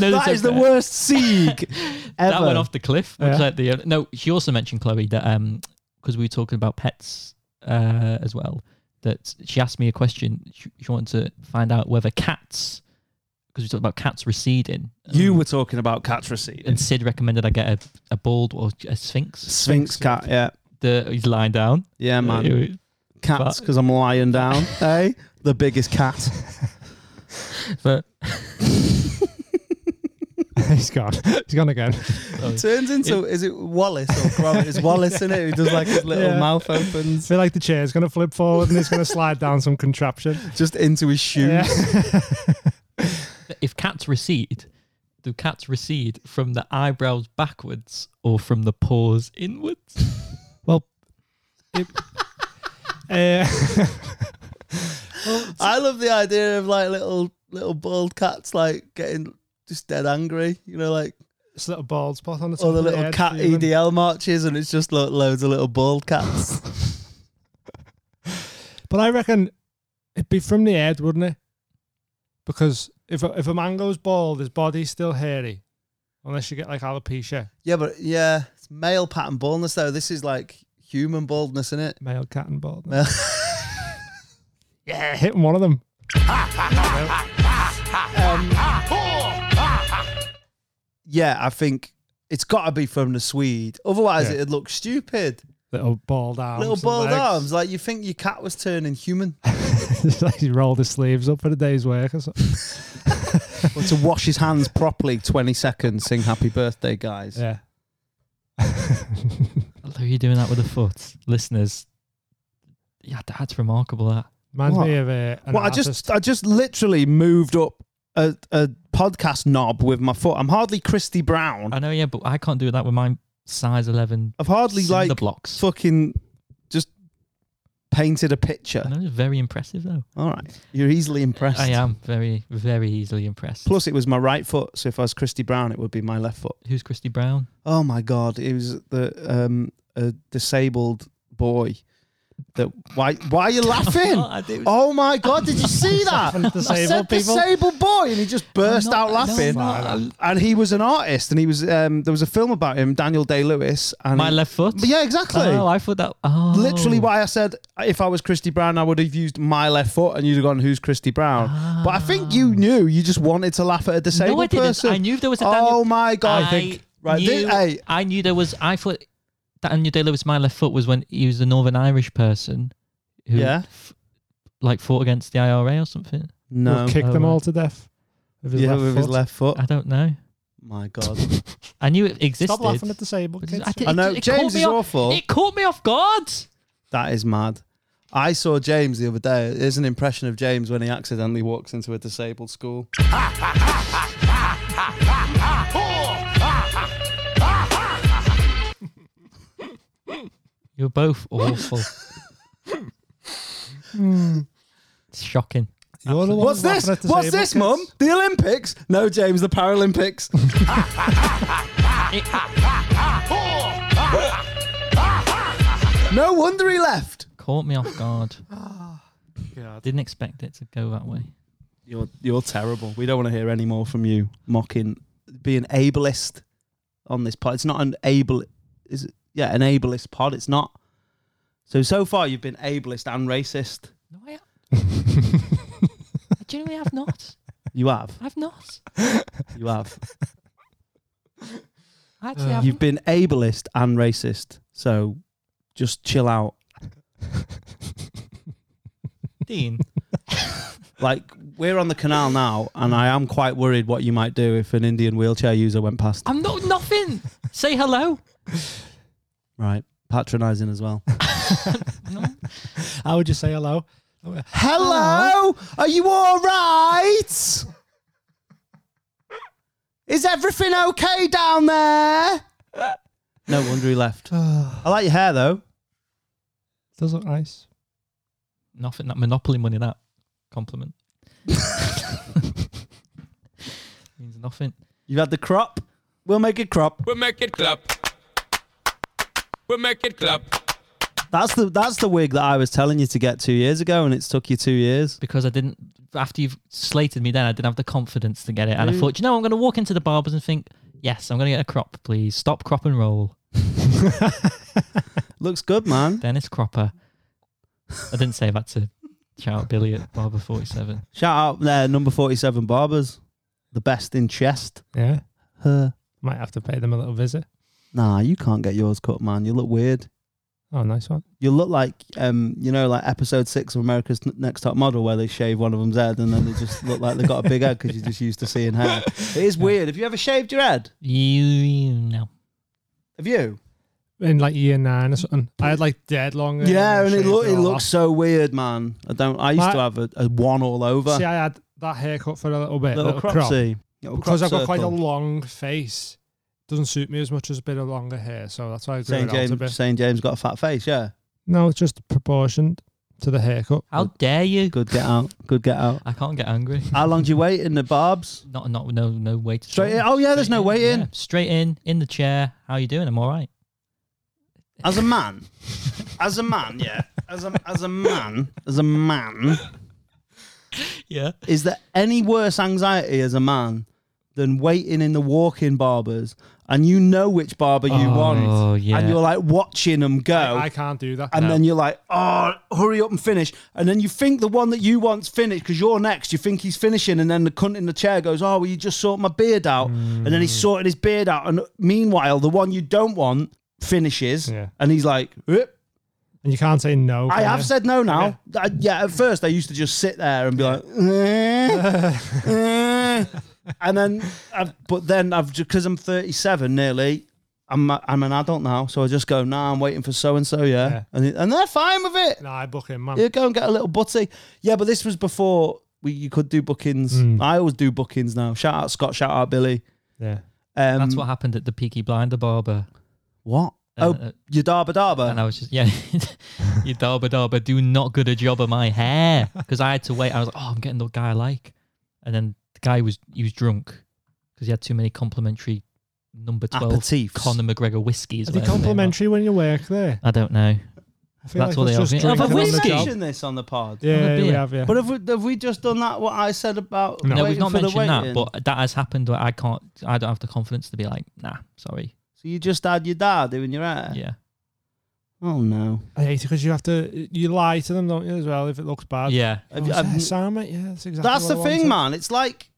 A: That
F: that's
A: is the
F: okay.
A: worst sieg ever.
F: That went off the cliff. Which
E: Yeah.
F: like the, uh, no, she also mentioned Chloe that um because we were talking about pets uh, uh, as well that she asked me a question. She, she wanted to find out whether cats, because we talked about cats receding,
A: You were talking about cat's
F: and
A: receipt.
F: Sid recommended I get a, a bald or a sphinx.
A: Sphinx cat, yeah.
F: The, he's lying down.
A: Yeah, man. Cats,
F: but-
A: because I'm lying down. hey, the biggest cat.
F: But
E: He's gone. He's gone again.
I: Turns into is it Wallace or Cromwell? It's Wallace, isn't it? Who does like his little
E: Yeah.
I: mouth
E: I
I: opens
E: feel like the chair's going to flip forward and it's going to slide down some contraption.
I: just into his shoes.
E: Yeah.
F: if cats recede, do cats recede from the eyebrows backwards or from the paws inwards?
E: Well, it, uh,
I: I love the idea of like little little bald cats like getting just dead angry. You know, like
E: it's a little bald spot
A: Oh,
E: on the top
I: all the
E: of
I: little
E: head,
I: cat
E: human.
I: EDL marches, and it's just like loads of little bald cats.
E: But I reckon it'd be from the head, wouldn't it? Because if a, if a man goes bald, his body's still hairy, unless you get like alopecia,
I: yeah, but yeah, it's male pattern baldness though. This is like human baldness, isn't it?
E: male cat and bald.
I: Male-
E: Yeah, hitting one of them.
A: Yeah, I think it's got to be from the Swede. Otherwise,
E: Yeah.
A: it'd look stupid.
E: Little bald arms.
I: Little
E: and
I: bald
E: legs.
I: arms, like you think your cat was turning human.
E: It's like he rolled his sleeves up for the day's work or something.
A: But to wash his hands properly, 20 seconds, sing happy birthday, guys.
E: Yeah.
F: Although you're doing that with a foot, listeners. Yeah, that's remarkable. That
E: Reminds
A: What?
E: me of a. An
A: well, I
E: artist.
A: just, I just literally moved up a, a podcast knob with my foot. I'm hardly Christy Brown.
F: I know, yeah, but I can't do that with my size 11
A: I've hardly
F: cinder
A: like
F: blocks.
A: fucking just painted a picture.
F: No, it's very impressive though.
A: All right, you're easily impressed.
F: I am very, very easily impressed.
A: Plus, it was my right foot, so if I was Christy Brown, it would be my left foot.
F: Who's Christy Brown?
A: Oh my god, it was the um a disabled boy. That why why are you laughing?
F: I do-
A: Oh my god, did you see that? I
E: Disabled
A: said
E: people.
A: disabled boy, and he just burst
F: I'm not-
A: out laughing.
F: no, I'm not.
A: and he was an artist, and he was um there was a film about him, Daniel Day Lewis, and
F: My
A: he-
F: left foot.
A: But yeah, exactly.
F: Oh, I thought that. Oh,
A: Literally, why I said if I was Christy Brown, I would have used my left foot, and you'd have gone, "Who's Christy Brown?" But I think you knew. You just wanted to laugh at a disabled
F: Ah. No, I didn't.
A: person.
F: I knew there was a. Daniel-
A: Oh my god!
F: I
A: right.
F: Knew,
A: This, hey,
F: I knew there was. I thought Daniel Day Lewis, my left foot, was when he was a Northern Irish person who,
A: Yeah.
F: f- like, fought against the IRA or something.
E: We'll
A: no.
E: kick
F: Oh,
E: them
F: right.
E: all to death. With his
A: yeah,
E: left
A: with his
E: foot.
A: left foot.
F: I don't know.
A: My god.
F: I knew it existed.
E: Stop laughing at disabled
F: But it's-
E: kids.
F: I did-
A: I
F: it-
A: know
F: it caught
A: James
F: me
A: is
F: off-
A: awful.
F: It caught me off guard.
A: That is mad. I saw James the other day. There's an impression of James when he accidentally walks into a disabled school.
F: You're both awful.
A: Hmm.
F: it's shocking.
E: You're the one
A: What's
E: laughing
A: this?
E: at
A: What's
E: disabled
A: this,
E: kids.
A: Mum? The Olympics? No, James, the Paralympics. no wonder he left.
F: Caught me off guard. Didn't expect it to go that way.
A: You're you're terrible. We don't want to hear any more from you mocking being ableist on this pod. It's not an able is it? Yeah, an ableist pod. It's not. So so far you've been ableist and racist.
F: No, I. I genuinely have not.
A: You have.
F: I've not.
A: You have.
F: I actually have.
A: You've been ableist and racist. So just chill out.
F: Dean.
A: Like we're on the canal now and I am quite worried what you might do if an Indian wheelchair user went past.
F: I'm not nothing. Say hello.
A: Right. Patronizing as well.
E: How would you say hello?
A: Hello? Are you all right? Is everything okay down there? No wonder he left. I like your hair though.
E: Does look nice.
F: Nothing. That monopoly money. That compliment. Means nothing.
A: You've had the crop. We'll make it crop.
H: We make it clap. We make it clap.
A: That's the that's the wig that I was telling you to get two years ago, and it's took you two years.
F: because I didn't. After you've slated me, then I didn't have the confidence to get it,
A: Mm.
F: and I thought, you know, I'm going to walk into the barbers and think, yes, I'm going to get a crop, please. Stop crop and roll,
A: Looks good, man.
F: Dennis Cropper. I didn't say that to shout out Billy at Barber 47.
A: Shout out there, number 47 Barbers. The best in chest.
E: Yeah.
A: Huh.
E: Might have to pay them a little visit.
A: Nah, you can't get yours cut, man. You look weird.
E: Oh, nice one.
A: You look like, um, you know, like episode six of America's N- Next Top Model, where they shave one of them's head and then they just look like they got a big head because you're just used to seeing hair. It is weird. Have you ever shaved your head?
F: You, you know.
A: Have you?
E: In like year nine or something, I had like dead long. hair
A: Yeah, and it,
E: shaved
A: look, it
E: all
A: looks so weird, man. I don't. I used
E: My-
A: to have a, a one all
E: off.
A: over
E: See, I had that haircut for a little bit,
A: little,
E: little
A: crop,
E: crop,
A: see. Little
E: because
A: crop
E: I've got quite a
A: circle.
E: long face. Doesn't suit me as much as a bit of longer hair, so that's why I grew
A: St
E: it out a bit.
A: James. St James got a fat face. Yeah,
E: No, it's just proportioned to the haircut.
F: How dare you?
A: good get out. Good get out.
F: I can't get angry.
A: How long do you wait in the barbs?
F: Not, not, no, no wait. at
A: Straight in.
F: all.
A: Oh yeah, there's no
F: Straight
A: waiting.
F: yeah. Straight in, in the chair. How you doing? I'm all right.
A: As a man, as a man, yeah. As a as a man, as a man,
F: Yeah.
A: is there any worse anxiety as a man than waiting in the walk-in barbers and you know which barber you
F: Oh,
A: want
F: yeah.
A: and you're like watching them go
E: I, I can't do that.
A: and
E: No.
A: then you're like, oh, hurry up and finish. And then you think the one that you want's finished because you're next. You think he's finishing, and then the cunt in the chair goes, oh, well, you just sorted my beard out, and then he sorted his beard out. And meanwhile, the one you don't want finishes,
E: Yeah.
A: and he's like, "Oop,
E: and you can't say no.
A: I
E: can
A: have
E: you?
A: said no now. I- Yeah. at first I used to just sit there and be like, "Eh, eh," and then, I've, but then I've because I'm 37 nearly. I'm a, I'm an adult now, so I just go, nah, I'm waiting for so and so, yeah,
E: Yeah.
A: and it- and they're fine with it.
E: No, I book him, man.
A: You go and get a little butty. Yeah, but this was before we, you could do bookings. I always do bookings now. Shout out Scott. Shout out Billy.
E: Yeah.
A: Um,
F: That's what happened at the Peaky Blinder barber.
A: What?
F: Uh,
A: oh,
F: uh,
A: your darba darba.
F: And I was just, yeah, you darba darba, do not good a job of my hair. Because I had to wait. I was like, oh, I'm getting the guy I like. And then the guy was, he was drunk because he had too many complimentary number 12
A: Aperitifs.
F: Conor McGregor whiskeys.
E: Are they complimentary when you work there?
F: I don't know.
E: I feel
F: That's what
E: like
F: they
E: it's just
F: are. Yeah,
E: drinking
A: Have we
E: on the job.
A: mentioned this on the pod?
E: Yeah,
F: beer.
E: we have, yeah.
A: But have we, have we just done that? What I said about
E: No.
F: No,
A: waiting
F: we've not
A: for the
F: mentioned that,
A: waiting?
F: but that has happened. Where I can't, I don't have the confidence to be like, nah, sorry.
A: so you just had your dad doing your hair.
F: Yeah.
A: Oh no!
E: I hate it because you have to, you lie to them, don't you, as well, if it looks bad.
F: Yeah.
E: Oh,
A: Have you-
E: is
A: have-
E: that Sam, mate? Yeah, that's exactly
A: that's
E: what
A: the
E: I
A: thing,
E: wanted.
A: man. It's like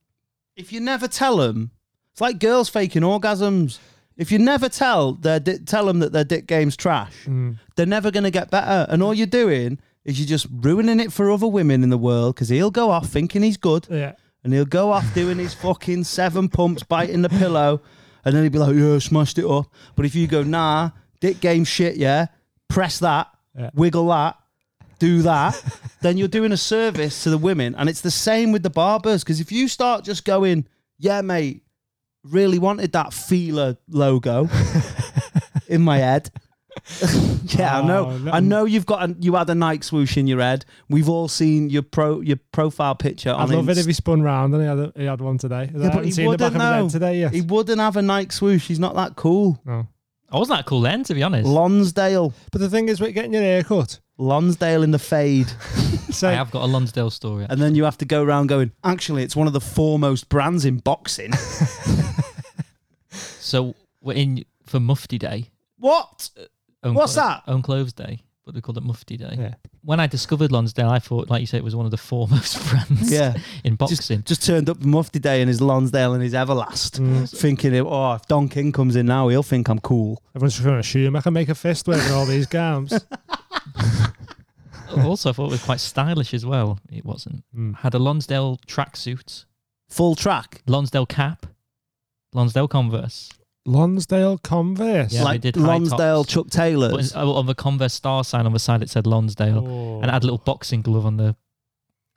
A: if you never tell them, it's like girls faking orgasms. If you never tell their di- tell them that their dick game's trash,
F: Hmm.
A: they're never gonna get better. And all you're doing is you're just ruining it for other women in the world because he'll go off thinking he's good.
E: Yeah.
A: and he'll go off doing his fucking seven pumps, biting the pillow, and then he'll be like, "Yeah, smashed it up." But if you go, "Nah, dick game shit, yeah, press that,
E: Yeah.
A: wiggle that, do that," then you're doing a service to the women, and it's the same with the barbers because if you start just going, "Yeah, mate, really wanted that feeler logo in my head." yeah, I know.
E: Oh, no.
A: I know you've got a, you had a Nike swoosh in your head. We've all seen your pro your profile picture
E: I'd
A: on
E: love it
A: Insta.
E: if he spun round and he had, a, he had one today. I
A: but
E: haven't
A: he
E: seen the back
A: wouldn't
E: of his
A: know.
E: head today yet.
A: He wouldn't have a Nike swoosh. He's not that cool.
F: Oh.
E: no.
F: I wasn't that cool then, to be honest.
A: Lonsdale.
E: But the thing is, with getting your hair cut,
A: Lonsdale in the fade.
F: I
E: say,
F: have got a Lonsdale story.
A: And then you have to go around going, actually, it's one of the foremost brands in boxing.
F: So we're in for Mufti Day.
A: what?
F: Own
A: What's
F: clo-
A: that?
F: Own Clothes Day, but they called it Mufti Day.
E: Yeah.
F: When I discovered Lonsdale, I thought, like you say, it was one of the foremost brands
A: Yeah.
F: in
A: Just,
F: boxing.
A: just turned up Mufti Day in his Lonsdale and his Everlast,
E: mm,
A: thinking, oh, if Don King comes in now, he'll think I'm cool.
E: everyone's just going to assume I can make a fist with all these gams.
F: also, I thought it was quite stylish as well. It wasn't.
A: Hmm.
F: Had a Lonsdale tracksuit,
A: Full track.
F: Lonsdale cap, Lonsdale Converse.
E: Lonsdale Converse.
F: Yeah, they
A: like
F: did high
A: Lonsdale
F: tops.
A: Chuck
F: But
A: Taylor's.
F: in- oh, on the Converse star sign on the side, it said Lonsdale,
E: Oh.
F: and I had a little boxing glove on the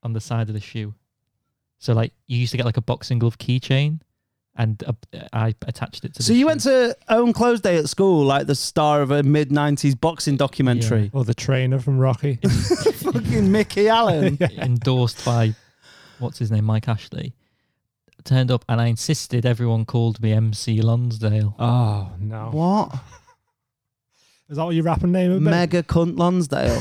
F: on the side of the shoe. So like, you used to get like a boxing glove keychain, and uh, I attached it to.
A: So
F: the
A: you
F: shoe.
A: went to Own Clothes Day at school, like the star of a mid 90s boxing documentary.
E: Or Oh, the trainer from Rocky.
A: Fucking Mickey Allen.
F: endorsed by what's his name, Mike Ashley, turned up and I insisted everyone called me MC Lonsdale.
E: oh, no.
A: What?
E: Is that what your rapping name would be?
A: Mega cunt Lonsdale.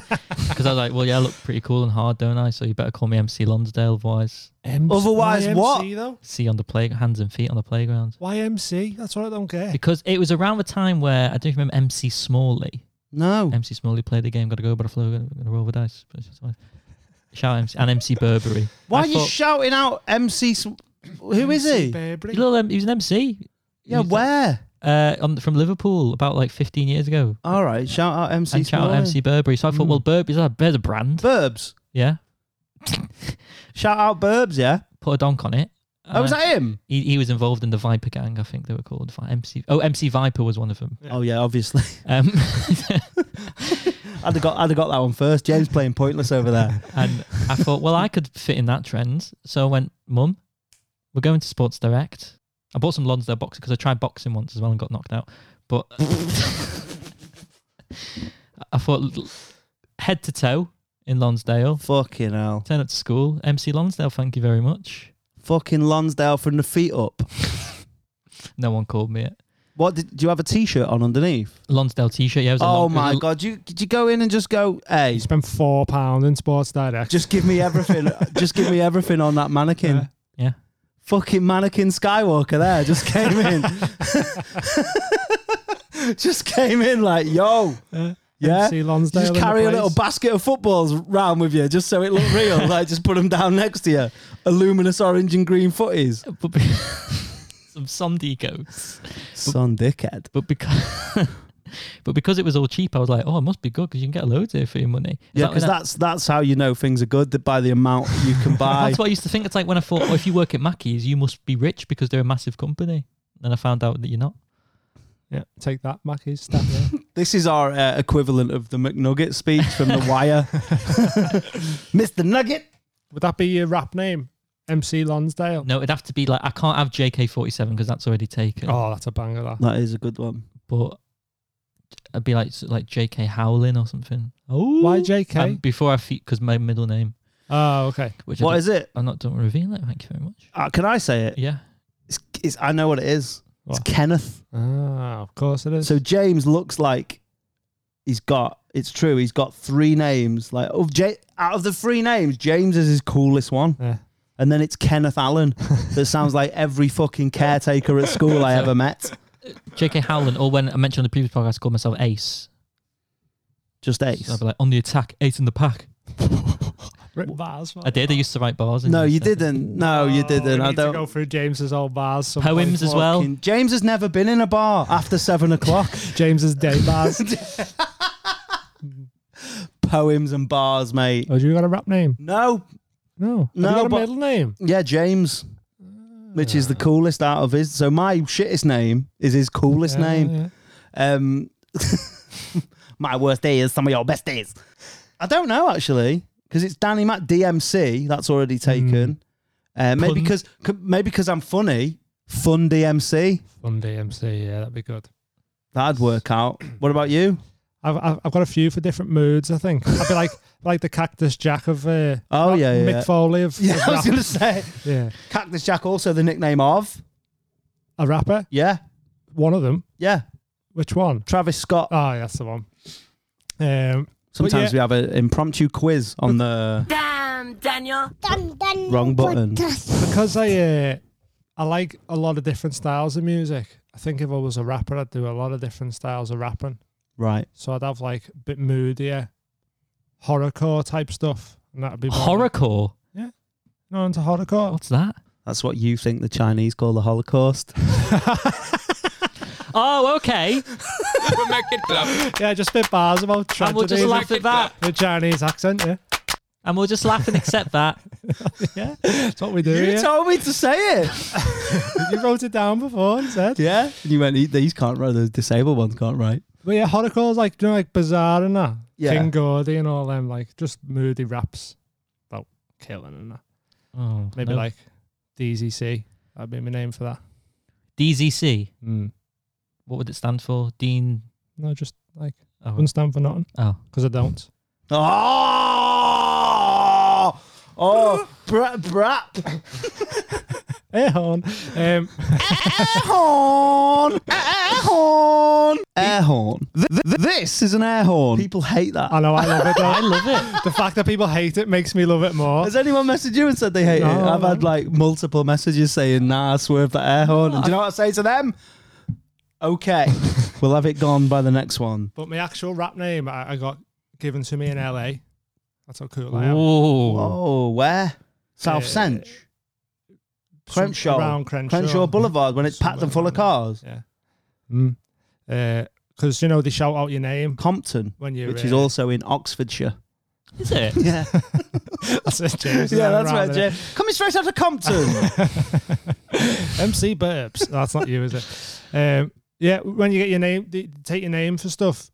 F: Because I was like, well, yeah, I look pretty cool and hard, don't I? So you better call me MC Lonsdale, otherwise,
E: M-
A: Otherwise
E: YMC,
A: what?
E: Though?
F: see on the play, hands and feet on the playground.
E: YMC? That's what I don't get.
F: Because it was around the time where I don't remember MC Smalley
A: No.
F: MC Smalley played the game. Got to go, but I flow. Got to roll the dice. But it's fine. Shout out MC, and MC Burberry.
A: Why
F: I
A: are you
F: thought-
A: shouting out MC? Sw- Who is
E: MC
A: he?
E: Burberry.
F: He's a little, um, he was an MC.
A: Yeah,
F: He's,
A: where?
F: Uh, on, from Liverpool about like 15 years ago.
A: All right, shout out MC.
F: and shout out
A: Smalley.
F: MC Burberry. So I thought, well, Burberry's a, there's a brand.
A: Burbs.
F: yeah.
A: Shout out Burbs. Yeah.
F: Put a donk on it.
A: Oh, was
F: Uh,
A: that him?
F: he, he was involved in the Viper gang, I think they were called. Vi- MC. Oh, MC Viper was one of them.
A: Oh yeah, obviously.
F: Um,
A: I'd have got I'd have got that one first. James playing pointless over there.
F: and I thought, well, I could fit in that trend. So I went, Mum, we're going to Sports Direct. I bought some Lonsdale boxes because I tried boxing once as well and got knocked out. But I thought, l- head to toe in Lonsdale.
A: Fucking hell.
F: Turn up to school. MC Lonsdale, thank you very much.
A: Fucking Lonsdale from the feet up.
F: No one called me it.
A: What did, do you have a T-shirt on underneath?
F: Lonsdale t shirt. Yeah, it was a
A: Oh
F: Lon- it was
A: my
F: a-
A: god! You did you go in and just go? Hey,
E: You spent four pound in Sports Direct.
A: just give me everything. just give me everything on that mannequin.
F: Yeah.
A: Fucking mannequin Skywalker there just came in. just came in like yo.
F: Uh,
A: Yeah.
E: MC Lonsdale.
A: You
E: in
A: just
E: the
A: carry a little
E: place.
A: basket of footballs round with you just so it looked real. like just put them down next to you. A luminous orange and green footies.
F: But be- some Sunday goes.
A: Son dickhead.
F: But because but because it was all cheap, I was like, oh, it must be good because you can get loads here for your money. Is
A: Yeah,
F: that-
A: because that's that's how you know things are good that by the amount you can buy.
F: that's what I used to think. It's like when I thought, oh, if you work at Mackey's, you must be rich because they're a massive company. Then I found out that you're not.
E: Yeah, take that, Mackey's stuff. Yeah.
A: this is our uh, equivalent of the McNugget speech from The Wire. Mr. Nugget.
E: Would that be your rap name? MC Lonsdale.
F: No, it'd have to be like I can't have JK47 because that's already taken.
E: Oh, that's a banger. That.
A: That is a good one.
F: But I'd be like s- like JK Howlin or something. Oh,
E: Why JK?
A: Um,
F: before I feet because my middle name,
E: oh, okay.
F: which I
A: What
F: don't-
A: is it?
F: I'm not don't reveal it. Thank you very much.
A: Uh, can I say it?
F: Yeah.
A: It's, it's, I know what it is. It's
E: What?
A: Kenneth.
E: Ah, of course it is.
A: So James looks like he's got. It's true. He's got three names. Like oh, J- out of the three names, James is his coolest one.
E: Yeah.
A: And then it's Kenneth Allen that sounds like every fucking caretaker at school I ever met.
F: JK Howland, or when I mentioned on the previous podcast, I called myself Ace.
A: Just
F: So I'd
A: Ace.
F: be like, on the attack, Ace in the pack.
E: Rip bars. man.
F: I did. I used to write bars. and
A: No, you
F: stuff.
A: didn't. No, you
E: Oh,
A: didn't.
E: We
A: I
E: need to go
A: don't.
E: through James's old bars. someplace.
F: Poems as well.
A: Fucking- James has never been in a bar after seven o'clock.
E: James's day bars.
A: Poems and bars, mate.
E: oh, do you got a rap name?
A: No,
E: No.
A: No,
E: Have you got
A: but-
E: a middle name.
A: yeah, James, which is the coolest out of his. So my shittest name is his coolest
E: Yeah,
A: name.
E: yeah.
A: Um, my worst day is some of your best days. I don't know actually because it's Danny Mac DMC. That's already
E: Hmm.
A: taken. Uh, maybe
F: Pun.
A: because maybe because I'm funny. Fun DMC.
E: Fun DMC. Yeah, that'd be good.
A: That'd work out. What about you?
E: I've, I've I've got a few for different moods. I think I'd be like like the Cactus Jack of uh,
A: Oh yeah, yeah.
E: Mick
A: yeah.
E: Foley of,
A: Yeah,
E: of
A: I was
E: rap.
A: gonna say
E: yeah
A: Cactus Jack. Also the nickname of
E: a rapper.
A: yeah,
E: One of them.
A: yeah.
E: Which one?
A: Travis Scott.
E: Oh, yeah, that's the one. Um,
A: Sometimes
E: yeah.
A: we have an impromptu quiz on the
G: Dum dum
A: Wrong button.
G: button.
E: because I uh, I like a lot of different styles of music. I think if I was a rapper, I'd do a lot of different styles of rapping.
A: right.
E: So I'd have like a bit moodier, horrorcore type stuff, and that'd be more-
F: Horrorcore.
E: No, into horrorcore.
F: What's that?
A: That's what you think the Chinese call the Holocaust.
F: Oh, okay.
H: Make it clap.
E: Yeah, just bit bars about tragedy.
F: and we'll just laugh at that.
E: The Chinese accent, yeah.
F: And we'll just laugh and accept that.
E: That's what we do.
A: You
E: yeah.
A: told me to say it.
E: you wrote it down before and said.
A: Yeah. And you went, these can't write, the disabled ones can't write.
E: But yeah, horrorcore's like, you know, like bizarre and that.
A: Yeah.
E: King Gordy and all them, like just moody raps about killing and that.
F: Oh,
E: Maybe
F: no.
E: like DZC. That'd be my name for that.
F: DZC.
E: Mm.
F: What would it stand for? Dean.
E: No, just like, I
F: Oh,
E: wouldn't stand for nothing
F: oh.
E: because I don't.
A: Oh, oh, brat, brat.
E: Hey, hon. Um,
A: Air horn, air horn, air horn. Th- th- this is an air horn. People hate that.
E: I know, I love it. I
F: Love it.
E: The fact that people hate it makes me love it more.
A: Has anyone messaged you and said they hate it?
E: No,
A: I've had
E: no.
A: like multiple messages saying, nah, swerve that air horn. And do you know what I say to them? Okay. We'll have it gone by the next one.
E: But my actual rap name I, I got given to me in LA. That's how cool I am.
F: Whoa.
A: Oh, where? South
E: Uh,
A: Sench,
E: Some-
A: Crenshaw,
E: Around Crenshaw.
A: Crenshaw Boulevard, when it's packed
E: Somewhere
A: and full of
E: around
A: cars.
E: there. Yeah. Because, Mm. Uh, you know, they shout out your name
A: Compton,
E: when you're.
A: which is
E: uh,
A: also in Oxfordshire.
F: Is it?
A: Yeah,
E: That's it, James.
A: yeah, that's
E: Around
A: right,
E: there.
A: Jeff. Coming straight out of Compton.
E: MC Burbs. No, That's not you, is it? Um, yeah, when you get your name, they take your name for stuff.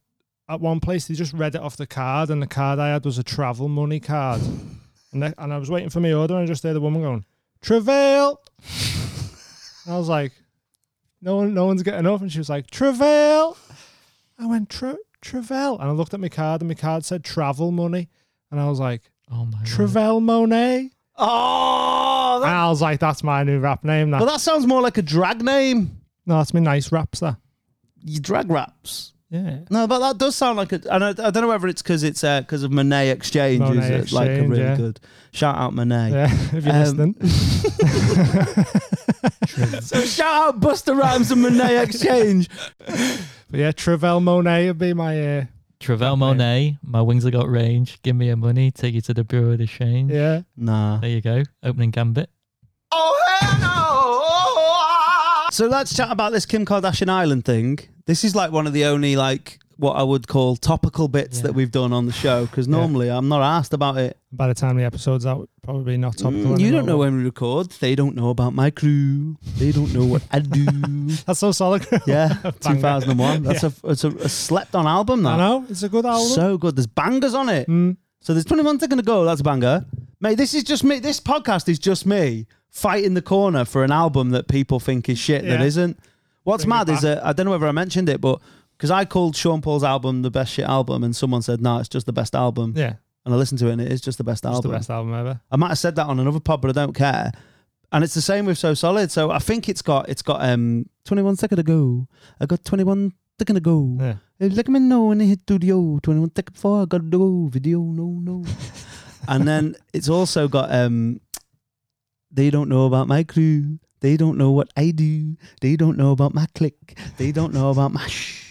E: At one place, they just read it off the card, and the card I had was a travel money card. And, I- and I was waiting for my order, and I just heard the woman going, Travail. I was like, no one, no one's getting up. And she was like, Travail. I went, Tra- Travail. And I looked at my card, and my card said travel money. And I was like,
F: Oh my. word.
E: Travail Monet.
A: oh,
E: And
A: that,
E: I was like, that's my new rap name. That.
A: well, that sounds more like a drag name.
E: no, that's my nice raps, that.
A: You drag raps.
E: Yeah.
A: No, but that does sound like a. And I, I don't know whether it's because it's because of Monet Exchange
E: Monet
A: is it, like a
E: Exchange,
A: really
E: yeah.
A: good shout out Monet.
E: Yeah, if you're
A: Um,
E: listening.
A: So shout out Buster Rhymes and Monet Exchange.
E: But yeah, Travell Monet would be my uh,
F: Travell Monet, my wings have got range. Give me your money, take you to the Bureau of Exchange.
E: yeah.
A: Nah.
F: There you go. Opening gambit.
A: So let's chat about this Kim Kardashian Island thing. This is like one of the only like what I would call topical bits
F: Yeah.
A: that we've done on the show because normally I'm not asked about it.
E: By the time the episode's out, probably not topical.
A: Mm, you don't know
E: anymore.
A: when we record. They don't know about my crew. They don't know what I do.
E: That's so solid.
A: yeah,
E: Banger.
A: 2001. That's a it's a, a slept on album.
E: I
A: That
E: know it's a good album.
A: so good. There's bangers on it.
E: Mm.
A: So there's 21 seconds to go. That's a banger. Mate, this is just me. This podcast is just me fighting the corner for an album that people think is shit that
E: Yeah.
A: isn't. What's
E: Bring it
A: mad is that I don't know whether I mentioned it, but because I called Sean Paul's album the best shit album, and someone said, "No, it's just the best album."
E: yeah,
A: And I listened to it, and it is just the best
E: it's the
A: album.
E: best album ever.
A: I might have said that on another pod, but I don't care. And it's the same with So Solid. So I think it's got it's got um 21 seconds to go. I got 21 seconds to go.
E: Yeah.
A: Hey, Let me know when they hit studio. 21 second before I got to go. Video, no, no. and then it's also got um, they don't know about my crew. They don't know what I do. They don't know about my click. They don't know about my shh.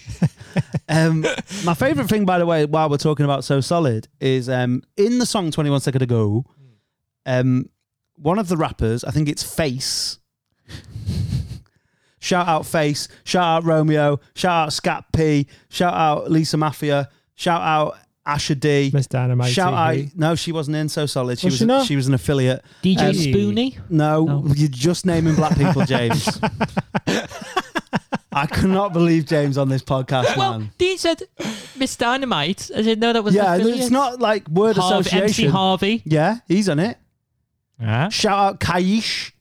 A: um, my favorite thing, by the way, while we're talking about So Solid, is um, in the song 21 Second Ago, um, one of the rappers, I think it's Face, Shout out Face. Shout out Romeo. Shout out Scat P. Shout out Lisa Mafia. Shout out Asha D.
E: Miss Dynamite.
A: Shout out.
E: TV.
A: No, she wasn't in So Solid. She
E: Was
A: was.
E: she not?
A: She was an affiliate.
F: DJ
A: Um,
F: Spoonie.
A: No,
F: No.
A: you're just naming black people, James. I cannot believe James on this podcast,
F: Well,
A: man.
F: Dean said Miss Dynamite. I said no, that was
A: Um, yeah,
F: an
A: it's
F: affiliate.
A: not like word
F: Harv- MC
A: association.
F: Harvey.
A: yeah, he's on it.
F: Yeah.
A: Shout out Kaish.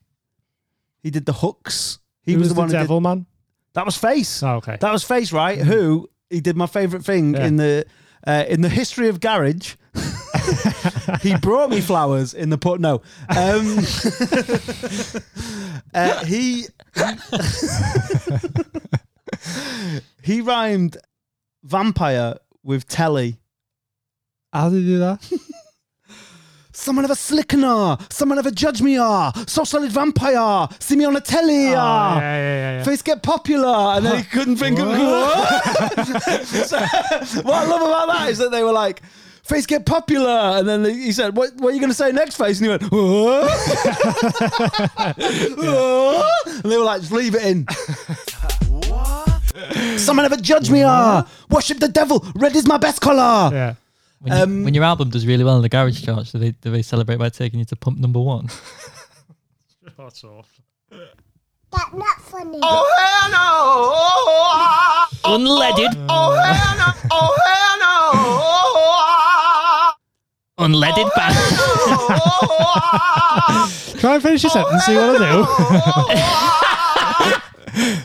A: He did the hooks. He
E: He
A: was,
E: was,
A: the, one.
E: the
A: who did,
E: devil man.
A: that was Face.
E: Oh, okay.
A: That was Face, right? Who he did my favorite thing
E: Yeah.
A: in the uh, in the history of garage. he brought me flowers in the put. No, um, uh, he he rhymed vampire with telly.
E: How did you do that?
A: Someone of a slickener, someone of a judge me ah, so solid vampire, see me on a telly
E: Oh,
A: ah.
E: yeah, yeah, yeah. yeah.
A: Face get popular, and then he couldn't think of so, what I love about that is that they were like, "Face get popular," and then they, he said, what, "What are you going to say next, Face?" And he went, "Whoa," and they were like, "Just leave it in." Someone ever judge me? Ah, worship the devil. Red is my best color.
E: yeah.
F: When, you-
A: Um,
F: when your album does really well in the garage charts, do they do they celebrate by taking you to pump number one?
E: That's awful.
G: That's not funny.
F: Unleaded.
A: Oh,
F: Unleaded band.
E: Try and
A: Oh,
E: finish your sentence. See what I do.